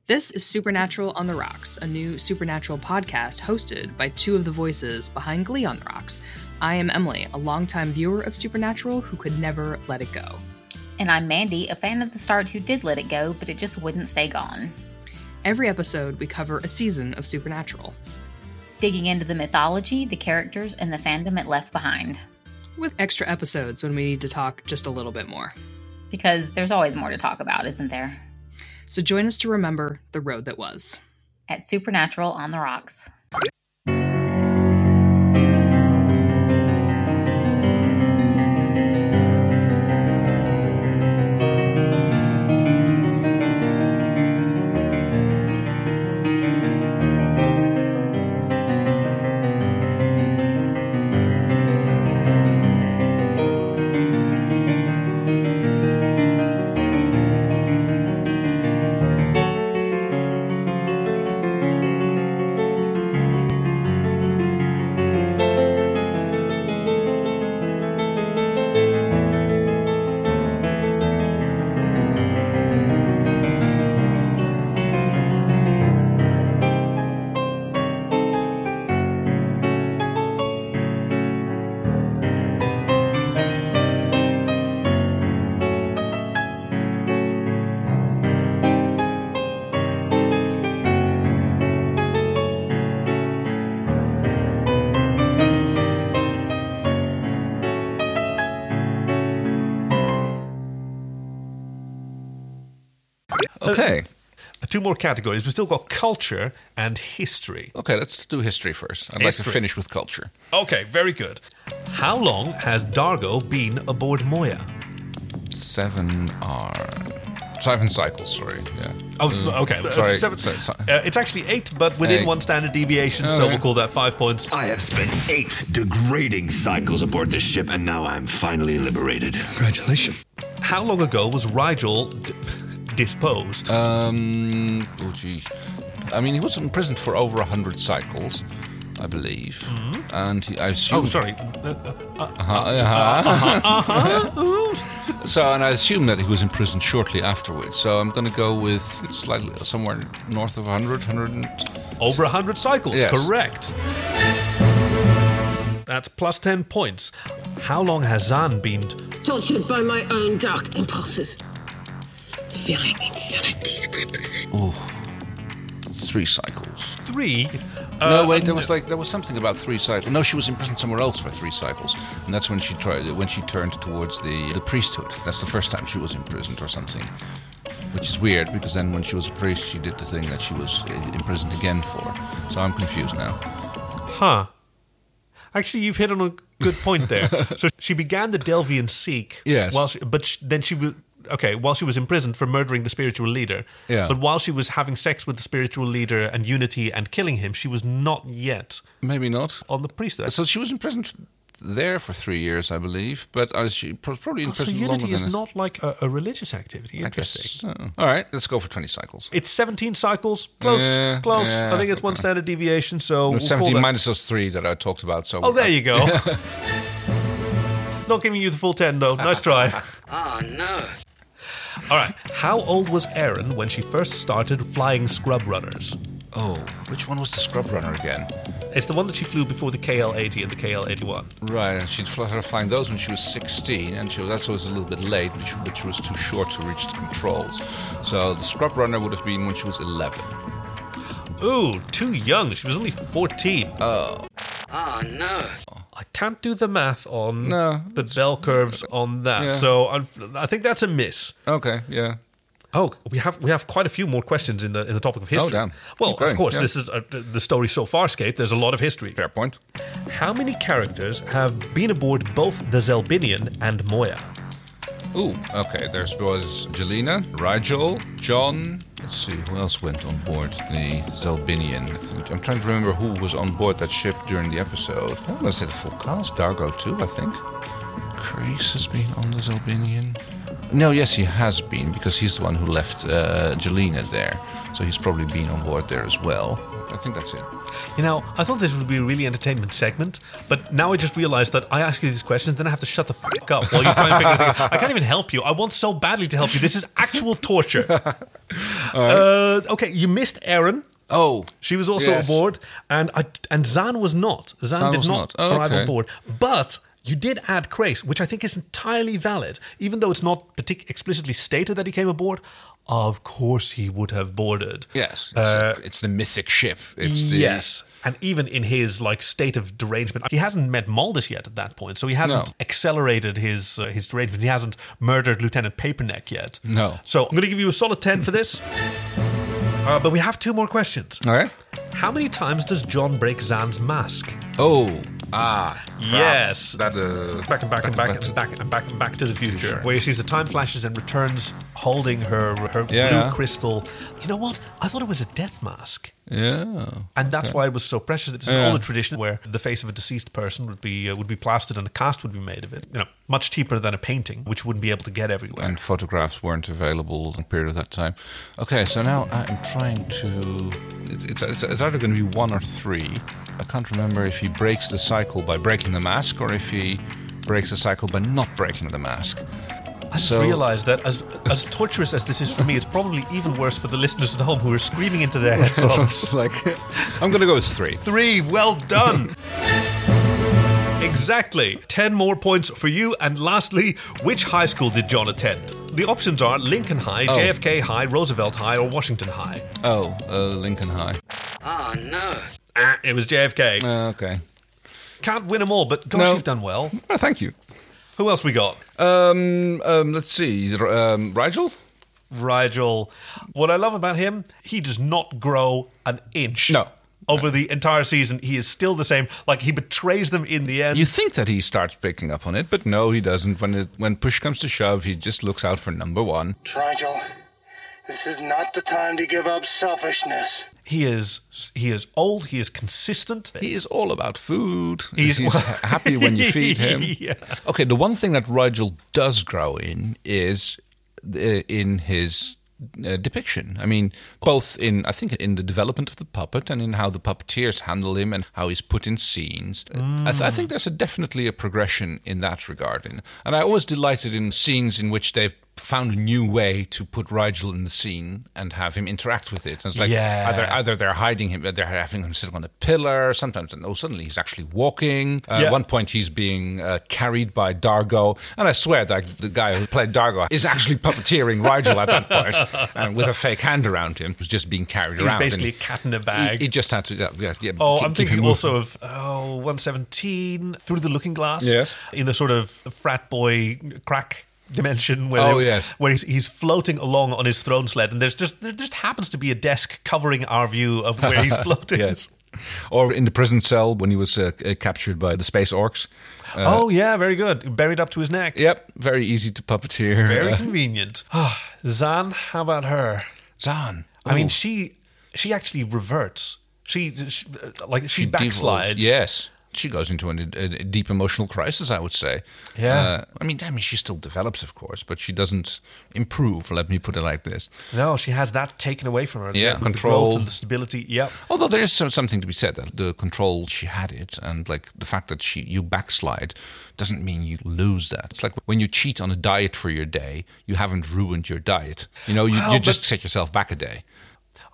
S21: This is Supernatural on the Rocks, a new supernatural podcast hosted by two of the voices behind Glee on the Rocks. I am Emily, a longtime viewer of Supernatural who could never let it go.
S22: And I'm Mandy, a fan of the start who did let it go, but it just wouldn't stay gone.
S21: Every episode, we cover a season of Supernatural,
S22: Digging into the mythology, the characters, and the fandom it left behind.
S21: with extra episodes when we need to talk just a little bit more.
S22: Because there's always more to talk about, isn't there?
S21: So join us to remember the road that was.
S22: At Supernatural on the Rocks.
S1: Okay.
S2: two more categories. We've still got culture and history.
S1: Okay, let's do history first. I'd like
S2: History.
S1: to finish with culture.
S2: Okay, very good. How long has Dargo been aboard Moya?
S1: Seven R. Seven cycles, sorry. Yeah.
S2: Oh,
S1: Uh,
S2: okay. Uh,
S1: Sorry.
S2: seven-
S1: so- so-
S2: uh, it's actually eight, but within
S1: Eight.
S2: one standard deviation, so
S1: Okay.
S2: we'll call that five points.
S23: I have spent eight degrading cycles aboard this ship, and now I'm finally liberated. Congratulations.
S2: How long ago was Rigel d- disposed?
S1: Um, oh, geez. I mean, he was imprisoned for over 100 cycles, I believe. And he, I assume.
S2: Mm-hmm. oh, sorry. Uh, uh, uh,
S1: Uh-huh,
S2: uh-huh,
S1: uh-huh.
S2: uh-huh. Ooh.
S1: So, and I assume that he was imprisoned shortly afterwards. So I'm going to go with slightly somewhere north of 100, 100. And,
S2: Over 100 cycles,
S1: Yes.
S2: correct. That's plus 10 points. How long has Zan been? t-
S4: Tortured by my own dark impulses. Feeling insanity's grip.
S1: oh, three cycles.
S2: Three?
S1: no,
S2: Uh,
S1: wait.
S2: um,
S1: There was like there was something about three cycles. No, she was imprisoned somewhere else for three cycles, and that's when she tried when she turned towards the the priesthood. That's the first time she was imprisoned or something, which is weird because then when she was a priest, she did the thing that she was uh, imprisoned again for. So I'm confused now.
S2: Huh. Actually, you've hit on a good point there. so she began the Delvian Seek.
S1: Yes.
S2: While she, but sh then she was. Okay, while she was imprisoned for murdering the spiritual leader.
S1: Yeah.
S2: But while she was having sex with the spiritual leader and Unity and killing him, she was not yet.
S1: Maybe not
S2: on the priesthood.
S1: So she was imprisoned there for three years, I believe, but uh, she was probably
S2: Oh, so
S1: imprisoned longer
S2: Unity
S1: than
S2: is
S1: it-
S2: not like a, a religious activity.
S1: I guess
S2: Interesting.
S1: so. All right, let's go for twenty cycles.
S2: It's 17 cycles. Close.
S1: Yeah,
S2: close.
S1: yeah,
S2: I think it's one standard deviation. So we'll call
S1: 17
S2: that-
S1: minus those three that I talked about. So
S2: Oh, there you go. Not giving you the full 10, though. Nice try.
S6: Oh, no.
S2: All right. How old was Erin when she first started flying Scrub Runners?
S1: Oh, which one was the Scrub Runner again?
S2: It's the one that she flew before the KL 80 and the KL 81.
S1: Right, and she'd started flying those when she was 16, and she was, that's always a little bit late, but she, but she was too short to reach the controls. So the scrub runner would have been when she was 11.
S2: Ooh, too young. She was only 14.
S1: Oh.
S6: Oh, no.
S2: I can't do the math on
S1: No.
S2: the bell curves on that.
S1: Yeah.
S2: So i I think that's a miss.
S1: Okay, yeah.
S2: Oh, we have we have quite a few more questions in the in the topic of history.
S1: Oh, damn.
S2: Well,
S1: Keep going,
S2: of course,
S1: yeah.
S2: this is uh the story so far, Skate. There's a lot of history. Fair
S1: point.
S2: How many characters have been aboard both the Zelbinian and Moya?
S1: Ooh, okay, there was Jelena, Rigel, John. Let's see, who else went on board the Zelbinian? I think. I'm trying to remember who was on board that ship during the episode. I want to say the full cast, Dargo too, I think. Grace has been on this Albinian. No, yes, he has been because he's the one who left uh, Jelena there. So he's probably been on board there as well. I think that's it.
S2: You know, I thought this would be a really entertainment segment, but now I just realized that I ask you these questions, then I have to shut the fuck up while you try and figure it out. I can't even help you. I want so badly to help you. This is actual torture. uh, okay, you missed Erin.
S1: Oh,
S2: she was also
S1: yes.
S2: aboard, and I, and Zan was not. Zan,
S1: Zan
S2: did
S1: was
S2: not,
S1: not. Oh,
S2: arrive
S1: okay.
S2: on board, but. You did add Crace, which I think is entirely valid, even though it's not partic- explicitly stated that he came aboard. Of course, he would have boarded.
S1: Yes, it's,
S2: Uh,
S1: it's the mythic ship. It's the
S2: yes. And even in his like state of derangement, he hasn't met Maldus yet at that point, so he hasn't
S1: No.
S2: accelerated his uh, his derangement. He hasn't murdered Lieutenant Paperneck yet.
S1: No.
S2: So I'm going to give you a solid ten for this. Uh, but we have two more questions.
S1: All right.
S2: How many times does John break Zan's mask?
S1: Oh, ah,
S2: Yes.
S1: crap. That uh,
S2: Back and back, and back, and back and back and back to the future, where he sees the time flashes and returns holding her her
S1: Yeah.
S2: blue crystal. You know what? I thought it was a death mask.
S1: yeah,
S2: And that's why it was so precious. It's an
S1: Yeah.
S2: older tradition where the face of a deceased person would be uh, would be plastered and a cast would be made of it. You know, much cheaper than a painting, which you wouldn't be able to get everywhere.
S1: and photographs weren't available in a period of that time. Okay, so now I'm trying to. It, it's, it's, it's either going to be one or three. I can't remember if he breaks the cycle by breaking the mask or if he breaks the cycle by not breaking the mask.
S2: I just realized that as as torturous as this is for me, it's probably even worse for the listeners at home who are screaming into their headphones.
S1: like, I'm going to go with three.
S2: Three, well done. Exactly. 10 more points for you. And lastly, which high school did John attend? The options are Lincoln High,
S1: Oh.
S2: JFK High, Roosevelt High, or Washington High.
S1: Oh, uh, Lincoln High.
S6: Oh, no.
S2: Ah, it was JFK.
S1: Uh, okay.
S2: Can't win them all, but gosh,
S1: No.
S2: you've done well.
S1: Oh, thank you.
S2: Who else we got?
S1: Um, um, let's see. R- Um, Rigel?
S2: Rigel. What I love about him, he does not grow an inch.
S1: No.
S2: Over the entire season, he is still the same. Like, he betrays them in the end.
S1: You think that he starts picking up on it, but no, he doesn't. When it, when push comes to shove, he just looks out for number one.
S8: Trigel, this is not the time to give up selfishness.
S2: He is he is old. He is consistent.
S1: He is all about food.
S2: He's-
S1: He's, happy when you feed him.
S2: Yeah.
S1: Okay, the one thing that Rigel does grow in is the, in his uh, depiction. I mean, both in I think in the development of the puppet and in how the puppeteers handle him and how he's put in scenes. I, th- I think there's a, definitely a progression in that regard. And, and I always delighted in scenes in which they've found a new way to put Rigel in the scene and have him interact with it. And it's like
S2: Yeah.
S1: either either they're hiding him, they're having him sitting on a pillar. Sometimes, and oh, suddenly he's actually walking. Uh,
S2: Yeah.
S1: At one point, he's being uh, carried by Dargo, and I swear that the guy who played Dargo is actually puppeteering Rigel at that point, and with a fake hand around him, was just being carried
S2: He's
S1: around.
S2: basically a
S1: and
S2: cat in a
S1: he-
S2: bag.
S1: he, just had to. Yeah, yeah, yeah,
S2: Oh,
S1: keep- keep
S2: I'm
S1: him
S2: thinking
S1: moving.
S2: also of oh, 117 through the looking glass.
S1: Yes.
S2: In the sort of frat boy crack dimension where,
S1: Oh,
S2: they-
S1: yes.
S2: where he's, he's floating along on his throne sled and there's just there just happens to be a desk covering our view of where he's floating.
S1: Yes. Or in the prison cell when he was uh, c- uh, captured by the space orcs. Uh,
S2: oh yeah, very good. Buried up to his neck.
S1: Yep, very easy to puppeteer.
S2: Very
S1: Uh,
S2: convenient. Ah, Zan, how about her?
S1: Zan.
S2: I mean,
S1: Ooh.
S2: she she actually reverts. She, she like she,
S1: devolves.
S2: backslides.
S1: Yes, she goes into an, a, a deep emotional crisis. I would say.
S2: Yeah.
S1: Uh, I mean, I mean, she still develops, of course, but she doesn't improve. Let me put it like this.
S2: No, she has that taken away from her.
S1: Yeah,
S2: The growth
S1: control.
S2: and the stability. Yep.
S1: Although there is some, something to be said that the control she had it, and like the fact that she you backslide doesn't mean you lose that. It's like when you cheat on a diet for your day, you haven't ruined your diet. You know, you,
S2: Well,
S1: you just
S2: but-
S1: set yourself back a day.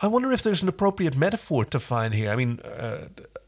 S2: I wonder if there's an appropriate metaphor to find here. I mean, uh,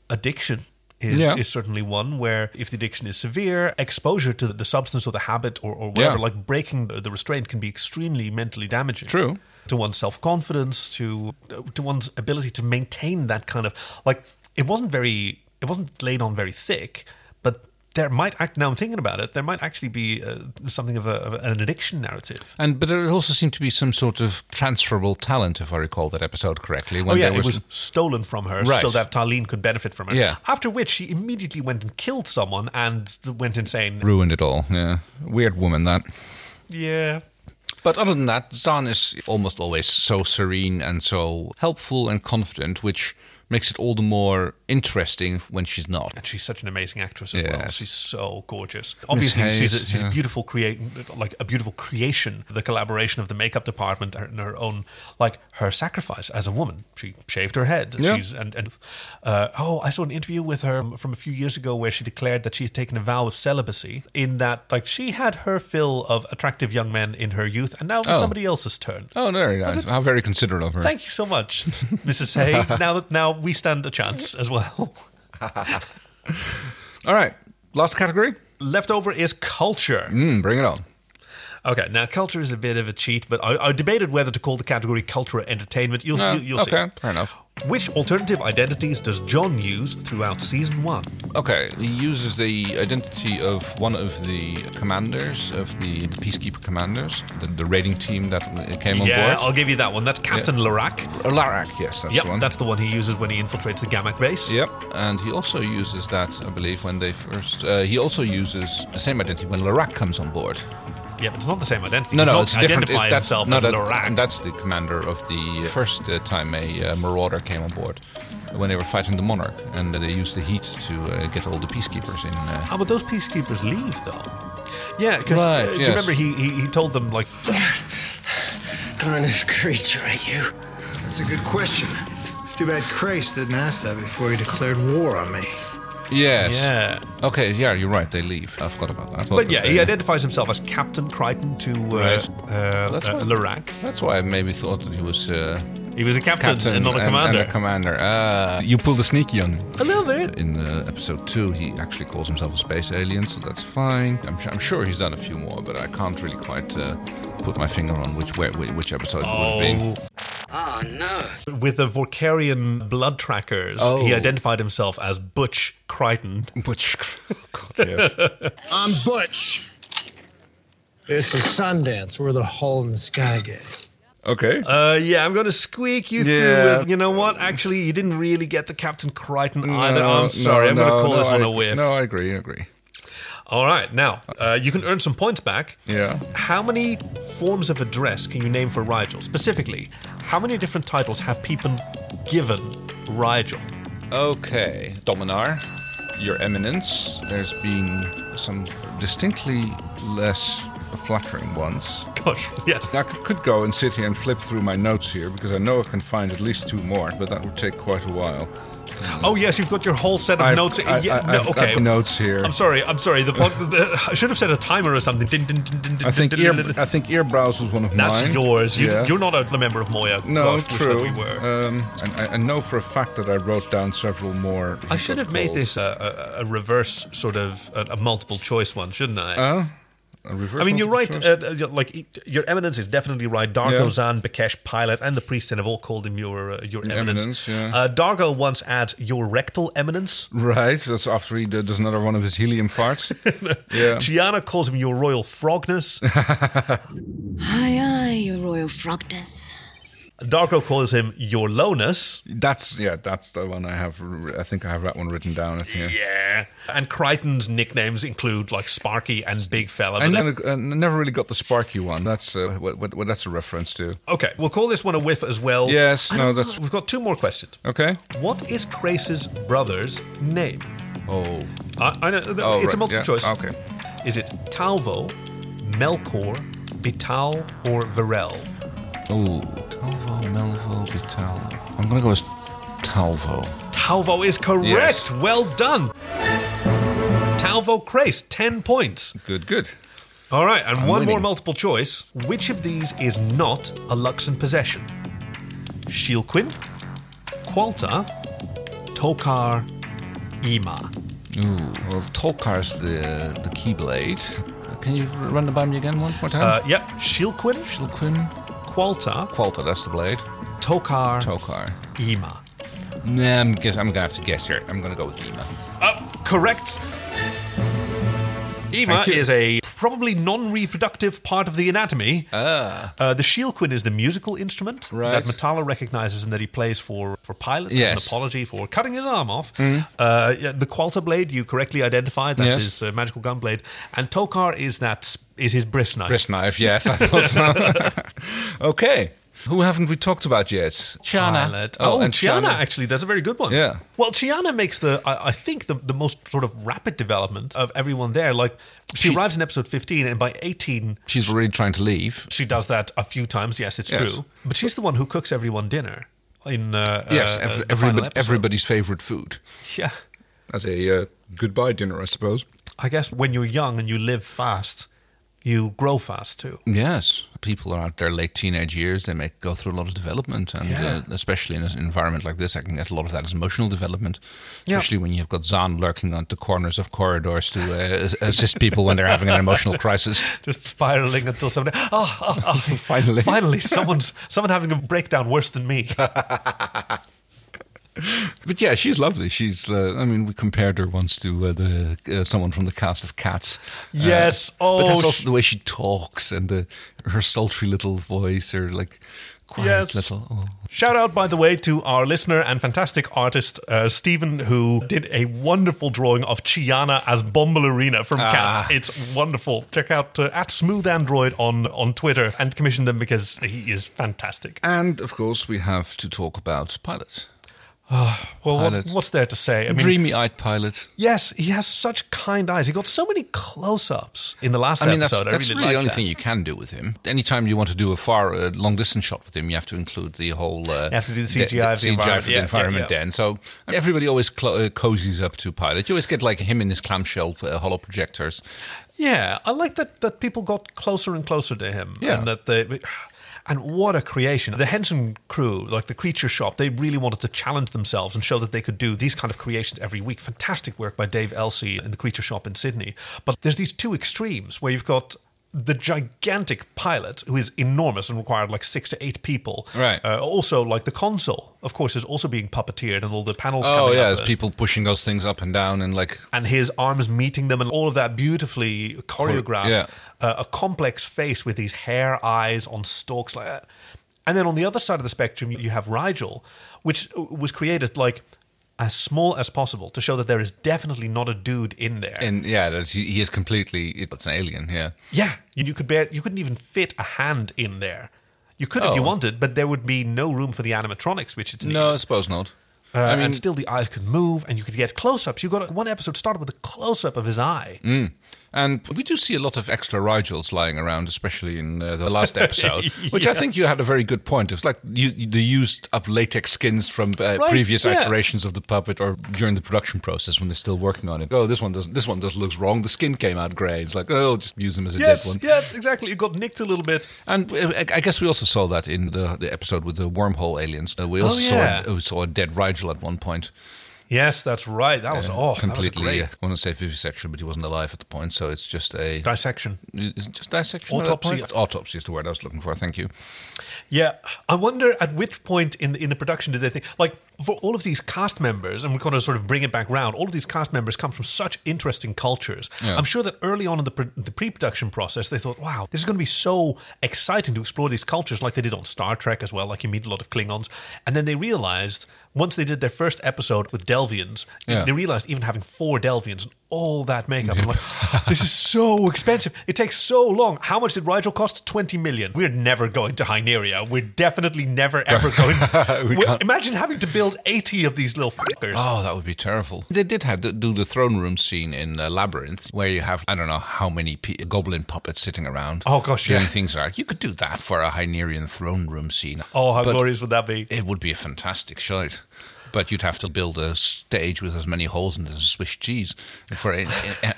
S2: addiction is,
S1: Yeah.
S2: is certainly one where if the addiction is severe, exposure to the substance or the habit or, or whatever,
S1: Yeah.
S2: like breaking the, the restraint, can be extremely mentally damaging.
S1: True.
S2: To one's self confidence, to uh, to one's ability to maintain that kind of like it wasn't very it wasn't laid on very thick, but. There might act now. I'm thinking about it. There might actually be uh, something of, a, of an addiction narrative.
S1: And but there also seemed to be some sort of transferable talent, if I recall that episode correctly.
S2: oh yeah,
S1: there
S2: it was stolen from her
S1: Right.
S2: so that Tarlene could benefit from it.
S1: Yeah.
S2: After which she immediately went and killed someone and went insane.
S1: ruined it all. Yeah, weird woman that.
S2: Yeah.
S1: But other than that, Zan is almost always so serene and so helpful and confident, which makes it all the more interesting when she's not.
S2: And she's such an amazing actress as well.
S1: Yes.
S2: She's so gorgeous. Obviously,
S1: Hayes,
S2: she's, a, she's
S1: yeah.
S2: a beautiful create, like a beautiful creation. The collaboration of the makeup department and her own, like her sacrifice as a woman. She shaved her head.
S1: Yeah.
S2: She's and and uh, oh, I saw an interview with her from a few years ago where she declared that she had taken a vow of celibacy. In that, like she had her fill of attractive young men in her youth, and now it's
S1: Oh.
S2: somebody else's turn.
S1: Oh, very nice. How very considerate of her.
S2: Thank you so much, Mrs. Hay. now that now we stand a chance as well.
S1: All right, last category.
S2: Leftover is culture.
S1: Mm, bring it on.
S2: Okay, now culture is a bit of a cheat, but I, I debated whether to call the category culture or entertainment. You'll,
S1: No,
S2: you, you'll
S1: Uh, okay,
S2: see.
S1: fair enough.
S2: Which alternative identities does John use throughout season one?
S1: Okay, he uses the identity of one of the commanders, of the, the peacekeeper commanders, the, the raiding team that came on
S2: yeah,
S1: board.
S2: I'll give you that one. That's Captain Larac.
S1: Larak, yes, that's
S2: yep,
S1: the one.
S2: that's the one he uses when he infiltrates the Gamak base.
S1: Yep, and he also uses that, I believe, when they first. Uh, he also uses the same identity when Larak comes on board.
S2: Yeah, but it's not the same identity.
S1: No,
S2: He's
S1: no,
S2: not
S1: it's different.
S2: Identifying
S1: It- that's,
S2: himself
S1: no,
S2: as
S1: that-
S2: Lorac.
S1: and that's the commander of the first uh, time a uh, marauder came on board when they were fighting the monarch, and they used the heat to uh, get all the peacekeepers in. Uh,
S2: How would those peacekeepers leave though? Yeah, because
S1: Right,
S2: uh, do you
S1: yes.
S2: remember he, he he told them like
S9: kind of creature are you? That's a good question. It's too bad Christ didn't ask that before he declared war on me.
S1: yes.
S2: Yeah.
S1: Okay. Yeah, you're right. They leave. I forgot about that.
S2: But yeah, he
S1: Uh,
S2: identifies himself as Captain Crichton to uh,
S1: Right.
S2: uh,
S1: That's
S2: uh,
S1: why-
S2: Lorac.
S1: That's why I maybe thought that he was. Uh,
S2: He was a captain and not a
S1: And,
S2: commander.
S1: a commander. Ah, you pulled a sneaky on me.
S2: A little bit.
S1: In uh, episode two, he actually calls himself a space alien, so that's fine. I'm, su- I'm sure he's done a few more, but I can't really quite uh, put my finger on which where, whi- which episode it would have been.
S6: Oh no.
S2: With the Vorkarian blood trackers,
S1: Oh.
S2: he identified himself as Butch Crichton.
S1: Butch. God, yes.
S9: I'm Butch. This is Sundance. We're the hole in the sky gang.
S1: Okay.
S2: Uh, yeah, I'm going to squeak
S1: Yeah.
S2: you through with, you know what? Actually, you didn't really get the Captain Crichton either.
S1: No,
S2: I'm
S1: no,
S2: sorry. I'm going
S1: no,
S2: to call
S1: no,
S2: this one
S1: I-
S2: a whiff.
S1: No, I agree. I agree.
S2: All right, now, uh, you can earn some points back.
S1: Yeah.
S2: How many forms of address can you name for Rigel? Specifically, how many different titles have people given Rigel?
S1: Okay, Dominar, Your Eminence. There's been some distinctly less flattering ones.
S2: Gosh, yes.
S1: I c- could go and sit here and flip through my notes here because I know I can find at least two more, but that would take quite a while.
S2: Oh yes, you've got your whole set of
S1: I've-
S2: notes.
S1: I-
S2: Yeah,
S1: I-
S2: no,
S1: I've-
S2: okay.
S1: I've notes here.
S2: I'm sorry. I'm sorry. The, pod- the I should have set a timer or something. Din, din, din, din,
S1: I think
S2: din,
S1: ear,
S2: din, din, din.
S1: I think earbrows was one of
S2: that's
S1: mine.
S2: yours. You,
S1: Yeah.
S2: You're not a member of Moya.
S1: no,
S2: Gosh, wish that
S1: true.
S2: we were.
S1: Um, and I, I know for a fact that I wrote down several more.
S2: I should have made
S1: called-
S2: this a, a, a reverse sort of a, a multiple choice one, shouldn't I?
S1: Oh, a reverse.
S2: I mean, you're right.
S1: multiple choice?
S2: Uh, uh, you're- like, e- your eminence is definitely right. Dargo,
S1: Yeah.
S2: Zan, Bakesh, Pilot, and the Priestess have all called him your uh, your eminence.
S1: Eminence, yeah.
S2: uh, Dargo once adds your rectal eminence.
S1: Right, that's after he d- does another one of his helium farts. yeah.
S2: Gianna calls him your royal frogness.
S4: Aye, aye, your royal frogness.
S2: Darko calls him your lowness.
S1: That's yeah, that's the one I have. r- I think I have that one written down. It's here.
S2: Yeah. And Crichton's nicknames include like Sparky and Big Fella.
S1: I
S2: but
S1: never, I uh, never really got the Sparky one. That's uh, what, what, what that's a reference to.
S2: that- okay, we'll call this one a whiff as well.
S1: Yes,
S2: I
S1: no,
S2: don't
S1: that's-
S2: know. We've got two more questions.
S1: Okay.
S2: What is Crace's brother's name?
S1: Oh.
S2: I, I know, no,
S1: Oh,
S2: it's
S1: right,
S2: a multiple
S1: yeah,
S2: choice.
S1: okay.
S2: Is it Talvo, Melkor, Bital, or Varel?
S1: Oh. Talvo, Melvo, Bital. I'm gonna go with Talvo.
S2: Talvo is correct.
S1: Yes.
S2: Well done. Talvo Crace, 10 points.
S1: Good, good.
S2: All right, and
S1: I'm
S2: one more
S1: winning.
S2: multiple choice. Which of these is not a Luxon possession? Shielquin, Qualta, Tokar, Ema.
S1: Ooh. Well, Tolkar's the the Keyblade. Can you run the by me again once more time?
S2: Uh, yep, Shielquin,
S1: Shilquin,
S2: Qualta,
S1: Qualta. That's the blade.
S2: Tokar,
S1: Tokar.
S2: Ema.
S1: Nah, I'm guess I'm gonna have to guess here. I'm gonna go with Ema.
S2: Uh, correct. Ema
S1: Thank you.
S2: is a probably non-reproductive part of the anatomy. Ah. Uh, the Shielquin is the musical instrument
S1: Right.
S2: that Metallo recognizes and that he plays for for Pilot as
S1: Yes. Mm.
S2: an apology for cutting his arm off. Uh, yeah, the Qualta blade you correctly identified that's
S1: Yes.
S2: his uh, magical gun blade, and Tokar is that is his bris knife.
S1: Wrist knife, yes, I thought so. okay. Who haven't we talked about yet?
S2: Chiana. Oh,
S1: and
S2: Chiana, actually, that's a very good one.
S1: Yeah.
S2: Well, Chiana makes the, I, I think, the, the most sort of rapid development of everyone there. Like, she, arrives in episode 15, and by 18,
S1: She's already trying to leave.
S2: she does that a few times. Yes, it's
S1: Yes.
S2: true. But she's the one who cooks everyone dinner in uh,
S1: yes, ev-
S2: uh, the final
S1: everybody,
S2: episode.
S1: everybody's favorite food.
S2: Yeah.
S1: As a uh, goodbye dinner, I suppose.
S2: I guess when you're young and you live fast, you grow fast too.
S1: Yes, people are at their late teenage years. They may go through a lot of development, and
S2: Yeah.
S1: uh, especially in an environment like this, I can get a lot of that as emotional development.
S2: Yeah.
S1: Especially when you've got Zahn lurking on the corners of corridors to uh, assist people when they're having an emotional crisis.
S2: Just spiraling until somebody. Oh, oh, oh.
S1: Finally.
S2: Finally, someone's someone having a breakdown worse than me.
S1: But yeah, she's lovely. She's, uh, I mean, we compared her once to uh, the uh, someone from the cast of Cats. Uh,
S2: Yes.
S1: but that's
S2: Oh,
S1: also the way she talks and the, her sultry little voice, her like quiet
S2: Yes.
S1: little. Oh.
S2: Shout out, by the way, to our listener and fantastic artist, uh, Stephen, who did a wonderful drawing of Chiana as Bombalarina from
S1: Ah.
S2: Cats. It's wonderful. Check out uh, at Smooth Android on, on Twitter and commission them because he is fantastic.
S1: And of course, we have to talk about Pilot.
S2: Well, what,
S1: Pilot.
S2: what's there to say? I mean,
S1: Dreamy-eyed Pilot.
S2: yes, he has such kind eyes. He got so many close ups in the last
S1: I mean, that's,
S2: episode. I
S1: that's
S2: really,
S1: really,
S2: liked
S1: the only
S2: that.
S1: thing you can do with him. Anytime you want to do a far uh, long distance shot with him, you have to include the whole. Uh,
S2: You have to do the
S1: de-
S2: CGI of the
S1: CGI
S2: environment.
S1: for
S2: Yeah,
S1: the environment
S2: yeah, yeah.
S1: then. So everybody always clo- uh, cozies up to Pilot. You always get like him in his clamshell uh, hollow projectors.
S2: Yeah, I like that that people got closer and closer to him.
S1: Yeah.
S2: And that they and what a creation. The Henson crew, like the creature shop, they really wanted to challenge themselves and show that they could do these kind of creations every week. Fantastic work by Dave Elsey in the creature shop in Sydney. But there's these two extremes where you've got the gigantic pilot who is enormous and required like six to eight people.
S1: Right.
S2: Uh, also, like the console, of course, is also being puppeteered and all the panels.
S1: Oh
S2: coming
S1: yeah,
S2: up
S1: it's people pushing those things up and down and like
S2: and his arms meeting them and all of that beautifully choreographed.
S1: Yeah.
S2: Uh, a complex face with these hair eyes on stalks like that. And then on the other side of the spectrum, you have Rigel, which was created like as small as possible to show that there is definitely not a dude in there.
S1: and yeah, that's, he, he is completely it's an alien. Yeah,
S2: yeah, you, you could bear, you couldn't even fit a hand in there. You could if you
S1: Oh.
S2: wanted, but there would be no room for the animatronics, which it's
S1: no, I suppose not.
S2: Uh,
S1: I mean,
S2: and still the eyes could move, and you could get close-ups. You got one episode started with a close-up of his eye.
S1: Mm. And we do see a lot of extra Rigels lying around, especially in uh, the last episode, which I
S2: Yeah.
S1: think you had a very good point. It's like you, the used up latex skins from uh,
S2: Right,
S1: previous
S2: yeah.
S1: iterations of the puppet or during the production process when they're still working on it. Oh, this one doesn't. This one just looks wrong. The skin came out grey. It's like oh, just use them as a dead
S2: Yes,
S1: one.
S2: yes, exactly. It got nicked a little bit.
S1: And uh, I I guess we also saw that in the, the episode with the wormhole aliens. Uh, we
S2: Oh,
S1: also saw
S2: yeah.
S1: a- we saw a dead Rigel at one point.
S2: Yes, that's right. That was
S1: Uh,
S2: oh,
S1: completely.
S2: That was
S1: uh,
S2: great.
S1: I want to say vivisection, but he wasn't alive at the point, so it's just a
S2: Dissection.
S1: Is it just dissection? at that
S2: Autopsy.
S1: point? Autopsy is the word I was looking for. Thank you.
S2: Yeah, I wonder at which point in the, in the production did they think like for all of these cast members, and we're going to sort of bring it back round. All of these cast members come from such interesting cultures.
S1: Yeah.
S2: I'm sure that early on in the pre- the pre-production process, they thought, "Wow, this is going to be so exciting to explore these cultures," like they did on Star Trek as well. Like you meet a lot of Klingons, and then they realized once they did their first episode with Delvians,
S1: Yeah.
S2: they realized even having four Delvians and all that makeup, I'm like, this is so expensive. It takes so long. How much did Rigel cost? Twenty million. We're never going to Hyneria. We're definitely never ever going.
S1: We
S2: We're-
S1: can't-
S2: imagine having to build eighty of these little fuckers.
S1: Oh, that would be terrible. They did have to do the throne room scene in uh, Labyrinth, where you have I don't know how many pe- goblin puppets sitting around.
S2: Oh, gosh,
S1: doing
S2: yeah.
S1: things like you could do that for a Hynerian throne room scene.
S2: Oh, how
S1: But
S2: glorious would that be?
S1: It would be a fantastic shot. But you'd have to build a stage with as many holes in as a Swiss cheese for a,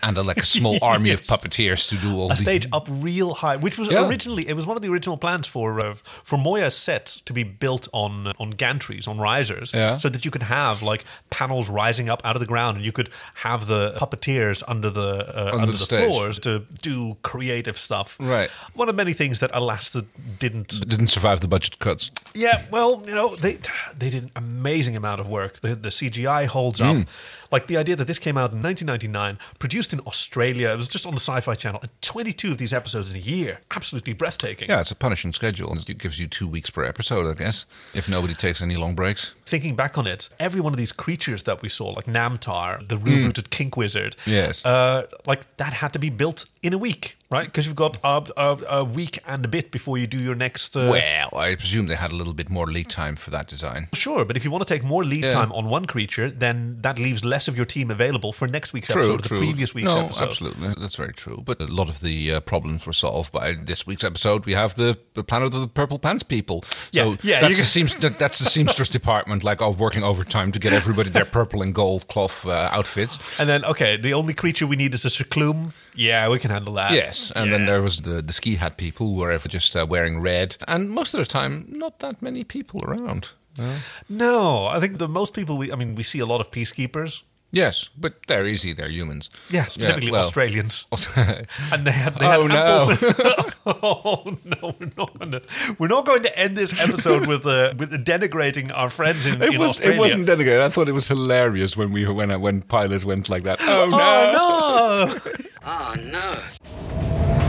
S1: and a, like a small army
S2: Yes.
S1: of puppeteers to do all
S2: a
S1: the
S2: stage up real high, which was
S1: Yeah.
S2: originally it was one of the original plans for uh, for Moya's set to be built on on gantries on risers,
S1: Yeah.
S2: so that you could have like panels rising up out of the ground, and you could have the puppeteers under the uh, under,
S1: Under the
S2: the,
S1: stage.
S2: floors to do creative stuff.
S1: Right.
S2: One of many things that alas that didn't.
S1: Didn't survive the budget cuts.
S2: Yeah, well, you know they they did an amazing amount of work. The, the CGI holds
S1: Mm.
S2: up. Like the idea that this came out in 1999, produced in Australia, it was just on the Sci-Fi Channel, and 22 of these episodes in a year, absolutely breathtaking.
S1: Yeah, it's a punishing schedule. It gives you two weeks per episode, I guess, if nobody takes any long breaks.
S2: Thinking back on it, every one of these creatures that we saw, like Namtar, the rebooted Kink Wizard,
S1: Mm. Yes.
S2: uh, like that had to be built in a week. right? Because you've got a, a, a week and a bit before you do your next. Uh,
S1: well, I presume they had a little bit more lead time for that design.
S2: Sure, but if you want to take more lead
S1: Yeah.
S2: time on one creature, then that leaves less of your team available for next week's
S1: True,
S2: episode, or
S1: true.
S2: the previous week's
S1: no,
S2: episode.
S1: absolutely, that's very true. But a lot of the uh, problems were solved by this week's episode. We have the, the planet of the purple pants people. So
S2: Yeah, yeah,
S1: that's
S2: you
S1: the
S2: can-
S1: seams, that, that's the seamstress department, like of working overtime to get everybody their purple and gold cloth uh, outfits.
S2: And then, okay, the only creature we need is a Shakloom. Yeah, we can handle that.
S1: yes, and then there was the, the ski hat people who were just uh, wearing red, and most of the time, not that many people around.
S2: No, I think the most people we, I mean, we see a lot of peacekeepers.
S1: Yes, but they're easy. They're humans.
S2: Yeah, specifically
S1: well-
S2: Australians. and they had, they
S1: Oh,
S2: had apples. oh no, we're not going to we're not going to end this episode with uh, with denigrating our friends in,
S1: It,
S2: in
S1: was,
S2: Australia.
S1: it wasn't denigrated. I thought it was hilarious when we when I, when Pilot went like that. Oh no!
S6: no!
S2: Oh
S6: oh no!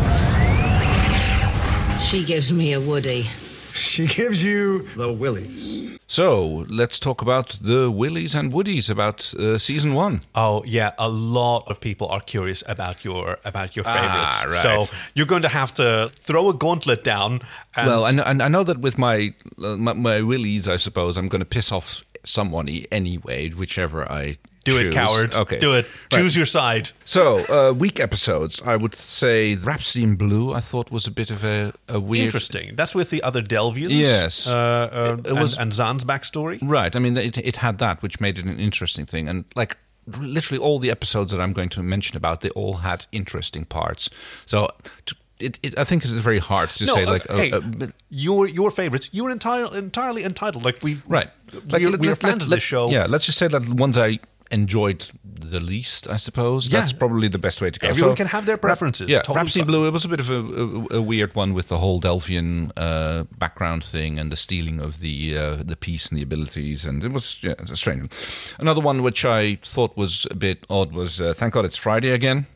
S13: She gives me a Woody.
S5: She gives you the willies.
S1: So let's talk about the Willies and Woodies about uh, season one.
S2: Oh yeah, a lot of people are curious about your about your
S1: Ah,
S2: favorites.
S1: right.
S2: So you're going to have to throw a gauntlet down. And
S1: well, I know, and I know that with my, uh, my my Willies, I suppose I'm going to piss off someone e- anyway, whichever I
S2: do
S1: choose.
S2: it, coward.
S1: Okay,
S2: do it.
S1: Right.
S2: Choose your side.
S1: So, uh, weak episodes, I would say Rhapsody in Blue, I thought was a bit of a, a weird.
S2: Interesting. That's with the other Delvians.
S1: Yes.
S2: uh, uh,
S1: It- it was-
S2: and, and Zan's backstory.
S1: Right. I mean, it, it had that, which made it an interesting thing. And like literally all the episodes that I'm going to mention about, they all had interesting parts. So to, it, it, I think it's very hard to
S2: No,
S1: say
S2: uh,
S1: like, oh,
S2: hey,
S1: uh, but-
S2: your your favorites. You're entire, entirely entitled. Like we
S1: right. Like,
S2: we're,
S1: let-
S2: we're
S1: let-
S2: fans
S1: let-
S2: of
S1: let-
S2: this show.
S1: Yeah. Let's just say that the ones I enjoyed the least, I suppose.
S2: Yeah.
S1: That's probably the best way to go.
S2: Everyone
S1: So-
S2: can have their preferences.
S1: Yeah,
S2: Totally
S1: Rhapsody in
S2: fine.
S1: Blue. It was a bit of a, a, a weird one with the whole Delphian uh, background thing and the stealing of the uh, the piece and the abilities, and it was yeah, it's a strange one. Another one which I thought was a bit odd was uh, Thank God It's Friday again.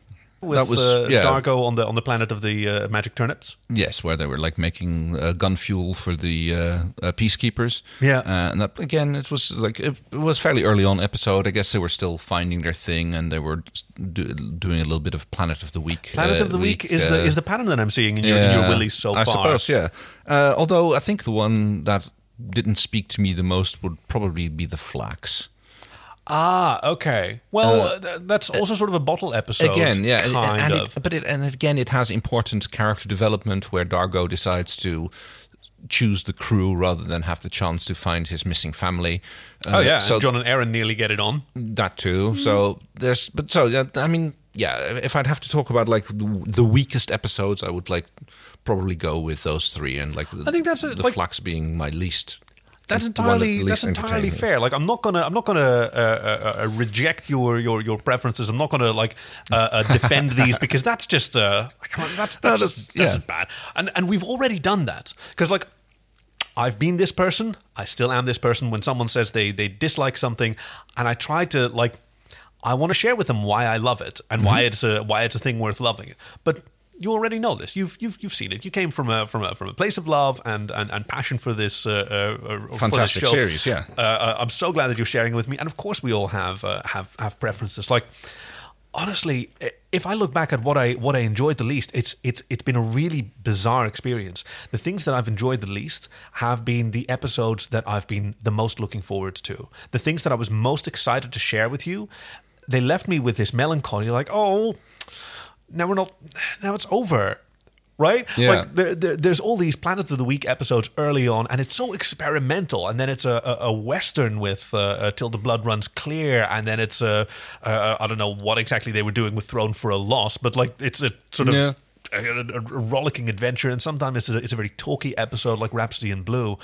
S2: With
S1: that was
S2: uh,
S1: yeah,
S2: Dargo on the on the planet of the uh, magic turnips.
S1: yes, where they were like making uh, gun fuel for the uh, uh, peacekeepers.
S2: Yeah.
S1: uh, and that again, it was like it, it was fairly early on episode. I guess they were still finding their thing, and they were do, doing a little bit of Planet of the Week.
S2: Planet
S1: uh,
S2: of the week, is
S1: uh,
S2: the is the pattern that I'm seeing in your, in your willies so
S1: I
S2: far.
S1: suppose, yeah. Uh, although I think the one that didn't speak to me the most would probably be the flax.
S2: Ah, okay. Well,
S1: Uh,
S2: uh, th- that's also sort of a bottle episode.
S1: again, yeah, and-
S2: kind
S1: and it-
S2: of.
S1: but it, and again, it has important character development where Dargo decides to choose the crew rather than have the chance to find his missing family. Uh,
S2: oh yeah,
S1: so
S2: and John and Aaron nearly get it on.
S1: that too. So there's, but so yeah, I mean, yeah. If I'd have to talk about like the, the weakest episodes, I would like probably go with those three, and like the,
S2: I think that's a-
S1: the
S2: like-
S1: flax being my least.
S2: That's
S1: one of the
S2: entirely that's
S1: least
S2: entirely
S1: entertaining.
S2: fair. Like I'm not gonna I'm not gonna uh, uh, uh, reject your, your your preferences. I'm not gonna like uh, uh, defend these because that's just uh, come on, that's
S1: that's-
S2: that's, just, that's
S1: yeah.
S2: just bad. And and we've already done that because like. I've been this person. I still am this person. When someone says they they dislike something, and I try to like, I want to share with them why I love it and why
S1: Mhm.
S2: it's a why it's a thing worth loving. But you already know this. You've you've you've seen it. You came from a from a from a place of love and and, and passion for this uh, uh, uh, for this
S1: Fantastic
S2: show.
S1: series, yeah.
S2: Uh, uh, I'm so glad that you're sharing it with me. And of course, we all have uh, have have preferences. Like honestly, i- if I look back at what I what I enjoyed the least, it's it's it's been a really bizarre experience. The things that I've enjoyed the least have been the episodes that I've been the most looking forward to. The things that I was most excited to share with you, they left me with this melancholy. Like, oh, now we're not. Now it's over. Right,
S1: Yeah.
S2: like there, there, there's all these Planet of the Week episodes early on, and it's so experimental. And then it's a, a, a western with uh, uh, Till the Blood Runs Clear, and then it's a, a, a I don't know what exactly they were doing with Throne for a Loss, but like it's a sort of.
S1: Yeah.
S2: A, a- a rollicking adventure, and sometimes it's a, it's a very talky episode like Rhapsody in Blue.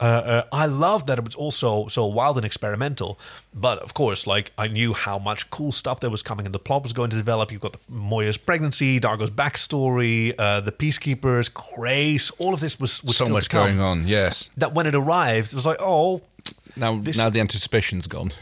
S2: Uh, uh, I love that it was also so wild and experimental, but of course, like I knew how much cool stuff there was coming, and the plot was going to develop. You've got the Moya's pregnancy, Dargo's backstory, uh, the Peacekeepers, Krace. All of this was, was
S1: so
S2: still
S1: much
S2: to come.
S1: going on. Yes.
S2: That when it arrived, it was like, oh,
S1: Now,
S2: This-
S1: now the anticipation's gone.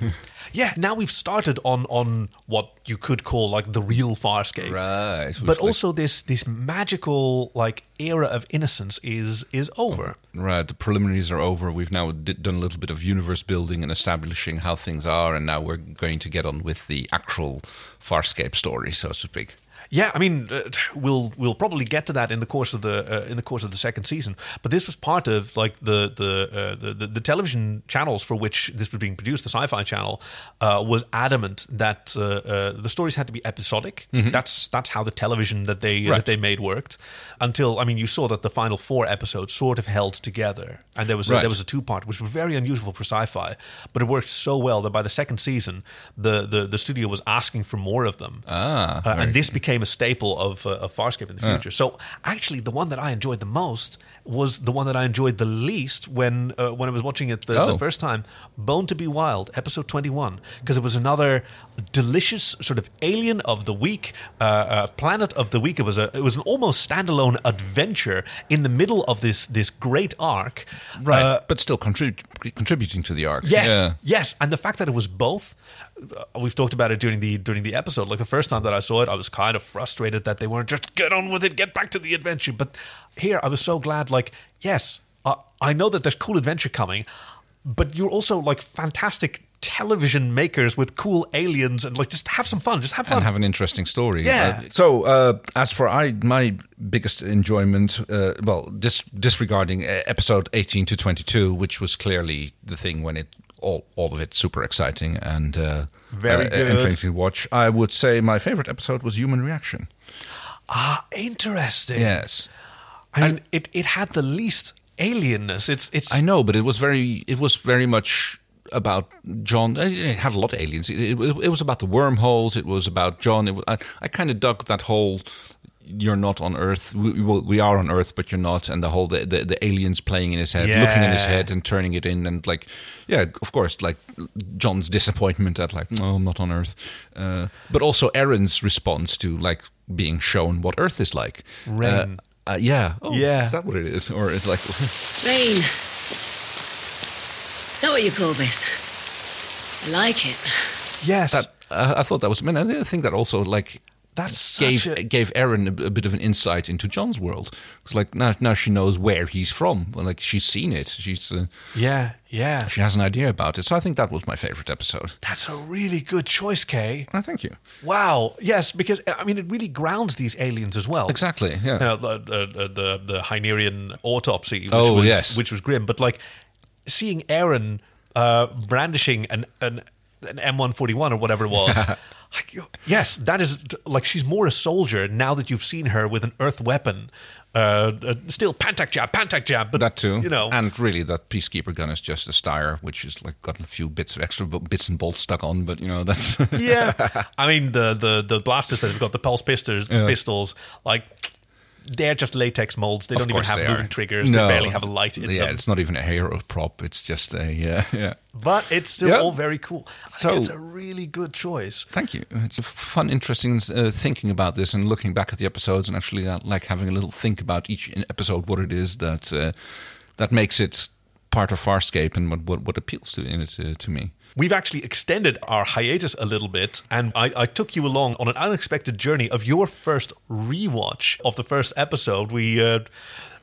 S2: yeah, now we've started on on what you could call like the real Farscape.
S1: right.
S2: but
S1: Like-
S2: also this this magical like era of innocence is is over.
S1: Right, the preliminaries are over. We've now d- done a little bit of universe building and establishing how things are, and now we're going to get on with the actual Farscape story, so to speak.
S2: Yeah, I mean, uh, t- we'll we'll probably get to that in the course of the uh, in the course of the second season. But this was part of like the the, uh, the the the television channels for which this was being produced. The Sci-Fi Channel uh, was adamant that uh, uh, the stories had to be episodic.
S1: Mhm.
S2: That's that's how the television that they
S1: Right.
S2: that they made worked. Until I mean, you saw that the final four episodes sort of held together, and there was a,
S1: Right.
S2: there was a two part, which was very unusual for sci-fi, but it worked so well that by the second season, the the, the studio was asking for more of them.
S1: Ah,
S2: Uh,
S1: very
S2: and this became a staple of, uh, of Farscape in the
S1: Yeah.
S2: future. So actually, the one that I enjoyed the most was the one that I enjoyed the least when uh, when I was watching it the, the
S1: Oh.
S2: first time, Bone to Be Wild, episode twenty one, because it was another delicious sort of alien of the week, uh, uh, planet of the week. It was a it was an almost standalone adventure in the middle of this this great arc,
S1: Right,
S2: Uh,
S1: but still contrib- contributing to the arc.
S2: Yes,
S1: Yeah.
S2: yes, and the fact that it was both. uh, We've talked about it during the during the episode. Like the first time that I saw it, I was kind of frustrated that they weren't just get on with it, get back to the adventure. But here, I was so glad. Like, yes, I I know that there's cool adventure coming, but you're also like fantastic television makers with cool aliens and like just have some fun, just have fun.
S1: and have an interesting story.
S2: Yeah.
S1: Uh, so uh, as for I, my biggest enjoyment, uh, well, dis- disregarding uh, episode eighteen to twenty-two, which was clearly the thing when it all all of it super exciting and uh,
S2: Very
S1: uh,
S2: good.
S1: interesting to watch. I would say my favorite episode was Human Reaction.
S2: ah, interesting.
S1: Yes.
S2: I mean, it it had the least alienness. It's it's
S1: I know, but it was very it was very much about John. eh, It had a lot of aliens. It, it, it was about the wormholes. It was about John. It was, I, I kind of dug that whole. You're not on Earth. We, we- we are on Earth, but you're not. And the whole the, the, the aliens playing in his head, looking in his
S2: Yeah.
S1: head, and turning it in, and like, yeah, of course, like John's disappointment at like, no, I'm not on Earth, uh, but also Aaron's response to like being shown what Earth is like. Uh,
S2: Rain.
S1: uh, yeah. Oh,
S2: Yeah.
S1: Is that what it is, or it's like
S4: Rain. Is that what you call this? I like it.
S2: Yes,
S1: that, uh, I thought that was. I mean, I didn't think that also like
S2: that's
S1: gave
S2: such a-
S1: gave Erin a, a bit of an insight into John's world. It's like now now she knows where he's from. Well, like she's seen it. She's uh,
S2: yeah, yeah.
S1: she has an idea about it. So I think that was my favorite episode.
S2: That's a really good choice, Kay.
S1: Oh, thank you.
S2: Wow. Yes, because I mean, it really grounds these aliens as well.
S1: Exactly. Yeah.
S2: You know, the, the, the the Hynerian autopsy. Which
S1: Oh,
S2: was,
S1: yes.
S2: which was grim. But like seeing Aaron uh, brandishing an an an M141 or whatever it was. like, you- yes, that is like she's more a soldier now that you've seen her with an Earth weapon. Uh, uh, still Pantak jab, Pantak jab, but
S1: that too,
S2: You know,
S1: and really, that peacekeeper gun is just a styre, which is like got a few bits of extra bo- bits and bolts stuck on. But you know, that's
S2: yeah. I mean the the the blasters that have got the pulse pistols,
S1: Yeah.
S2: pistols like they're just latex molds. They
S1: Of
S2: don't even
S1: course
S2: have
S1: they
S2: moving
S1: are.
S2: triggers.
S1: No.
S2: They barely have a light in
S1: yeah,
S2: them.
S1: it's not even a hero prop. It's just a yeah, yeah.
S2: But it's still
S1: Yeah.
S2: all very cool. So,
S1: So-
S2: it's a really good choice.
S1: Thank you. It's fun, interesting uh, thinking about this and looking back at the episodes and actually uh, like having a little think about each in- episode, what it is that uh, that makes it part of Farscape and what what, what appeals to in it uh, to me.
S2: We've actually extended our hiatus a little bit, and I, I took you along on an unexpected journey of your first rewatch of the first episode. We uh,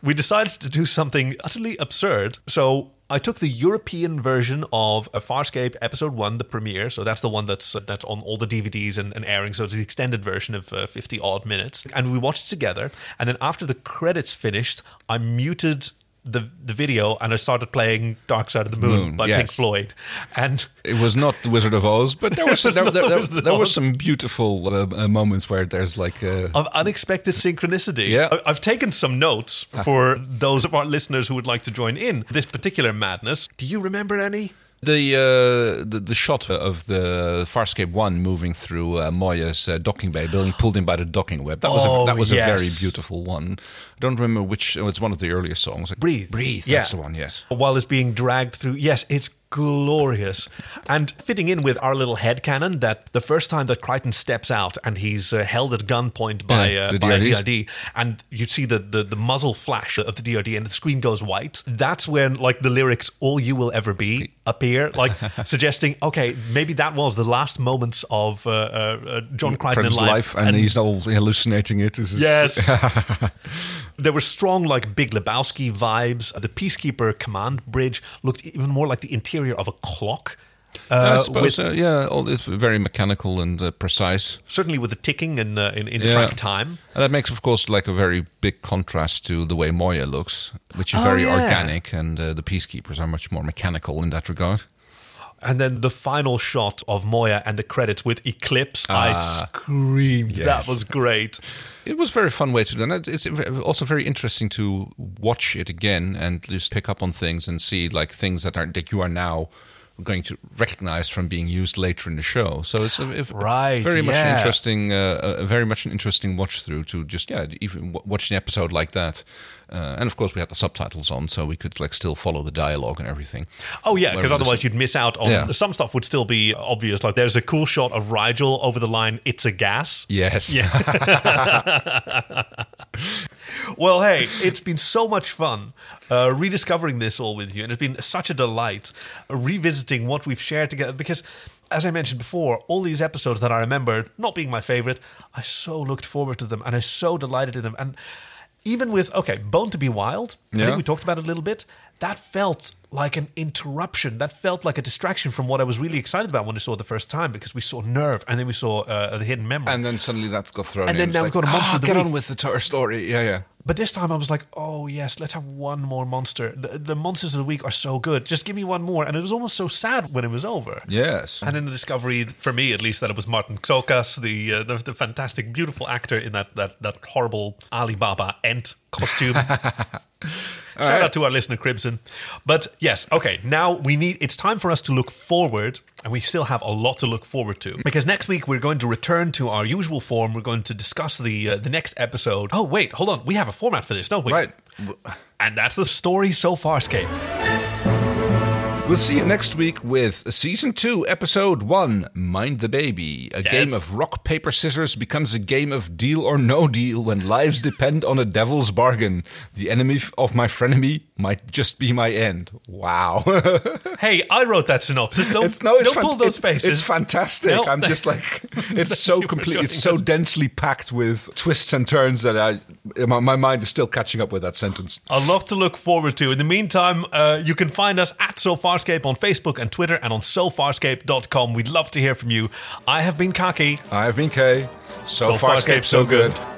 S2: we decided to do something utterly absurd, so. I took the European version of a Farscape episode one, the premiere. So that's the one that's uh, that's on all the DVDs and, and airing. So it's the extended version of uh, fifty odd minutes, and we watched it together. And then after the credits finished, I muted the the video and I started playing Dark Side of the Moon,
S1: Moon,
S2: by Pink
S1: yes.
S2: Floyd. And
S1: It was not the Wizard of Oz, but there was
S2: It was
S1: there,
S2: not
S1: there,
S2: The
S1: there,
S2: Wizard of
S1: there were
S2: Oz.
S1: some beautiful uh, uh, moments where there's like uh,
S2: of unexpected synchronicity.
S1: Yeah.
S2: I- I've taken some notes for those of our listeners who would like to join in this particular madness. Do you remember any?
S1: the, uh, the the shot of the Farscape One moving through uh, Moya's uh, docking bay, being pulled in by the docking web. That was
S2: Oh,
S1: a, that was a very
S2: yes.
S1: beautiful one. I don't remember which. It was one of the earlier songs. Like,
S2: Breathe.
S1: breathe. That's the one. Yes.
S2: While it's being dragged through. Yes, it's glorious. And fitting in with our little headcanon that the first time that Crichton steps out and he's uh, held at gunpoint by,
S1: Yeah,
S2: uh,
S1: the
S2: by a
S1: DRDs.
S2: DRD, and you see the, the, the muzzle flash of the DRD and the screen goes white, that's when like the lyrics, all you will ever be, appear, like suggesting, okay, maybe that was the last moments of uh, uh, uh, John Crichton in
S1: Crichton's
S2: life.
S1: life, and, he's all hallucinating it. This is-
S2: Yes. there were strong, like, Big Lebowski vibes. The Peacekeeper command bridge looked even more like the interior of a clock.
S1: I
S2: Uh,
S1: suppose,
S2: with-
S1: uh, yeah, all it's very mechanical and uh, precise.
S2: Certainly with the ticking and uh, in, in the track time.
S1: And that makes, of course, like a very big contrast to the way Moya looks, which is
S2: Oh,
S1: very
S2: yeah.
S1: organic, and uh, the Peacekeepers are much more mechanical in that regard.
S2: And then the final shot of Moya and the credits with Eclipse. I
S1: Ah.
S2: screamed.
S1: Yes.
S2: That was great.
S1: It was a very fun way to do it. It's also very interesting to watch it again and just pick up on things and see like things that are that you are now going to recognize from being used later in the show. So it's a, if-
S2: Right,
S1: very much
S2: yeah.
S1: interesting, uh, a- a very much an interesting watch through to just yeah, even w- watch an episode like that. Uh, and of course, we had the subtitles on, so we could like still follow the dialogue and everything.
S2: Oh yeah, because
S1: Whereas-
S2: otherwise you'd miss out on
S1: Yeah.
S2: some stuff would still be obvious. Like there's a cool shot of Rigel over the line. It's a gas.
S1: Yes.
S2: Yeah. well, hey, it's been so much fun uh, rediscovering this all with you, and it's been such a delight uh, revisiting what we've shared together because. As I mentioned before, all these episodes that I remember not being my favorite, I so looked forward to them and I so delighted in them. And even with, okay, Bone to Be Wild, I
S1: Yeah.
S2: think we talked about it a little bit, that felt like an interruption. That felt like a distraction from what I was really excited about when I saw it the first time because we saw Nerve and then we saw uh, The Hidden Memory.
S1: And then suddenly that got thrown.
S2: And
S1: in.
S2: then
S1: It's
S2: now
S1: like,
S2: we've got a monster
S1: "Ah,
S2: of the
S1: get
S2: week."
S1: on with the tor- story. Yeah, yeah.
S2: But this time I was like, oh yes, let's have one more monster. The, the monsters of the week are so good. Just give me one more. And it was almost so sad when it was over.
S1: Yes.
S2: And then the discovery, for me at least, that it was Martin Xokas, the, uh, the the fantastic, beautiful actor in that that, that horrible Alibaba Ent costume. Shout
S1: right.
S2: out to our listener Cribson. But yes, okay, now we need it's time for us to look forward, and we still have a lot to look forward to. Because next week we're going to return to our usual form. We're going to discuss the uh, the next episode. Oh wait, hold on. We have a format for this, don't we? Right. And that's the story so far, Scape.
S1: We'll see you next week with Season 2, Episode 1 Mind the Baby. A game of rock, paper, scissors becomes a game of deal or no deal when lives depend on a devil's bargain. The enemy f- of my frenemy might just be my end. Wow.
S2: Hey, I wrote that synopsis. Don't,
S1: It's- no, it's
S2: don't
S1: fan-
S2: pull those
S1: it's-
S2: faces.
S1: it's fantastic. I'm just like, it's so complete, it's so densely packed with twists and turns that I, my, my mind is still catching up with that sentence.
S2: A lot to look forward to. In the meantime, uh, you can find us at SoFarscape on Facebook and Twitter and on SoFarscape.com. We'd love to hear from you. I have been Kaki.
S1: I have been Kay. So,
S2: So
S1: far,
S2: far,
S1: Scape,
S2: Scape,
S1: so
S2: so
S1: good.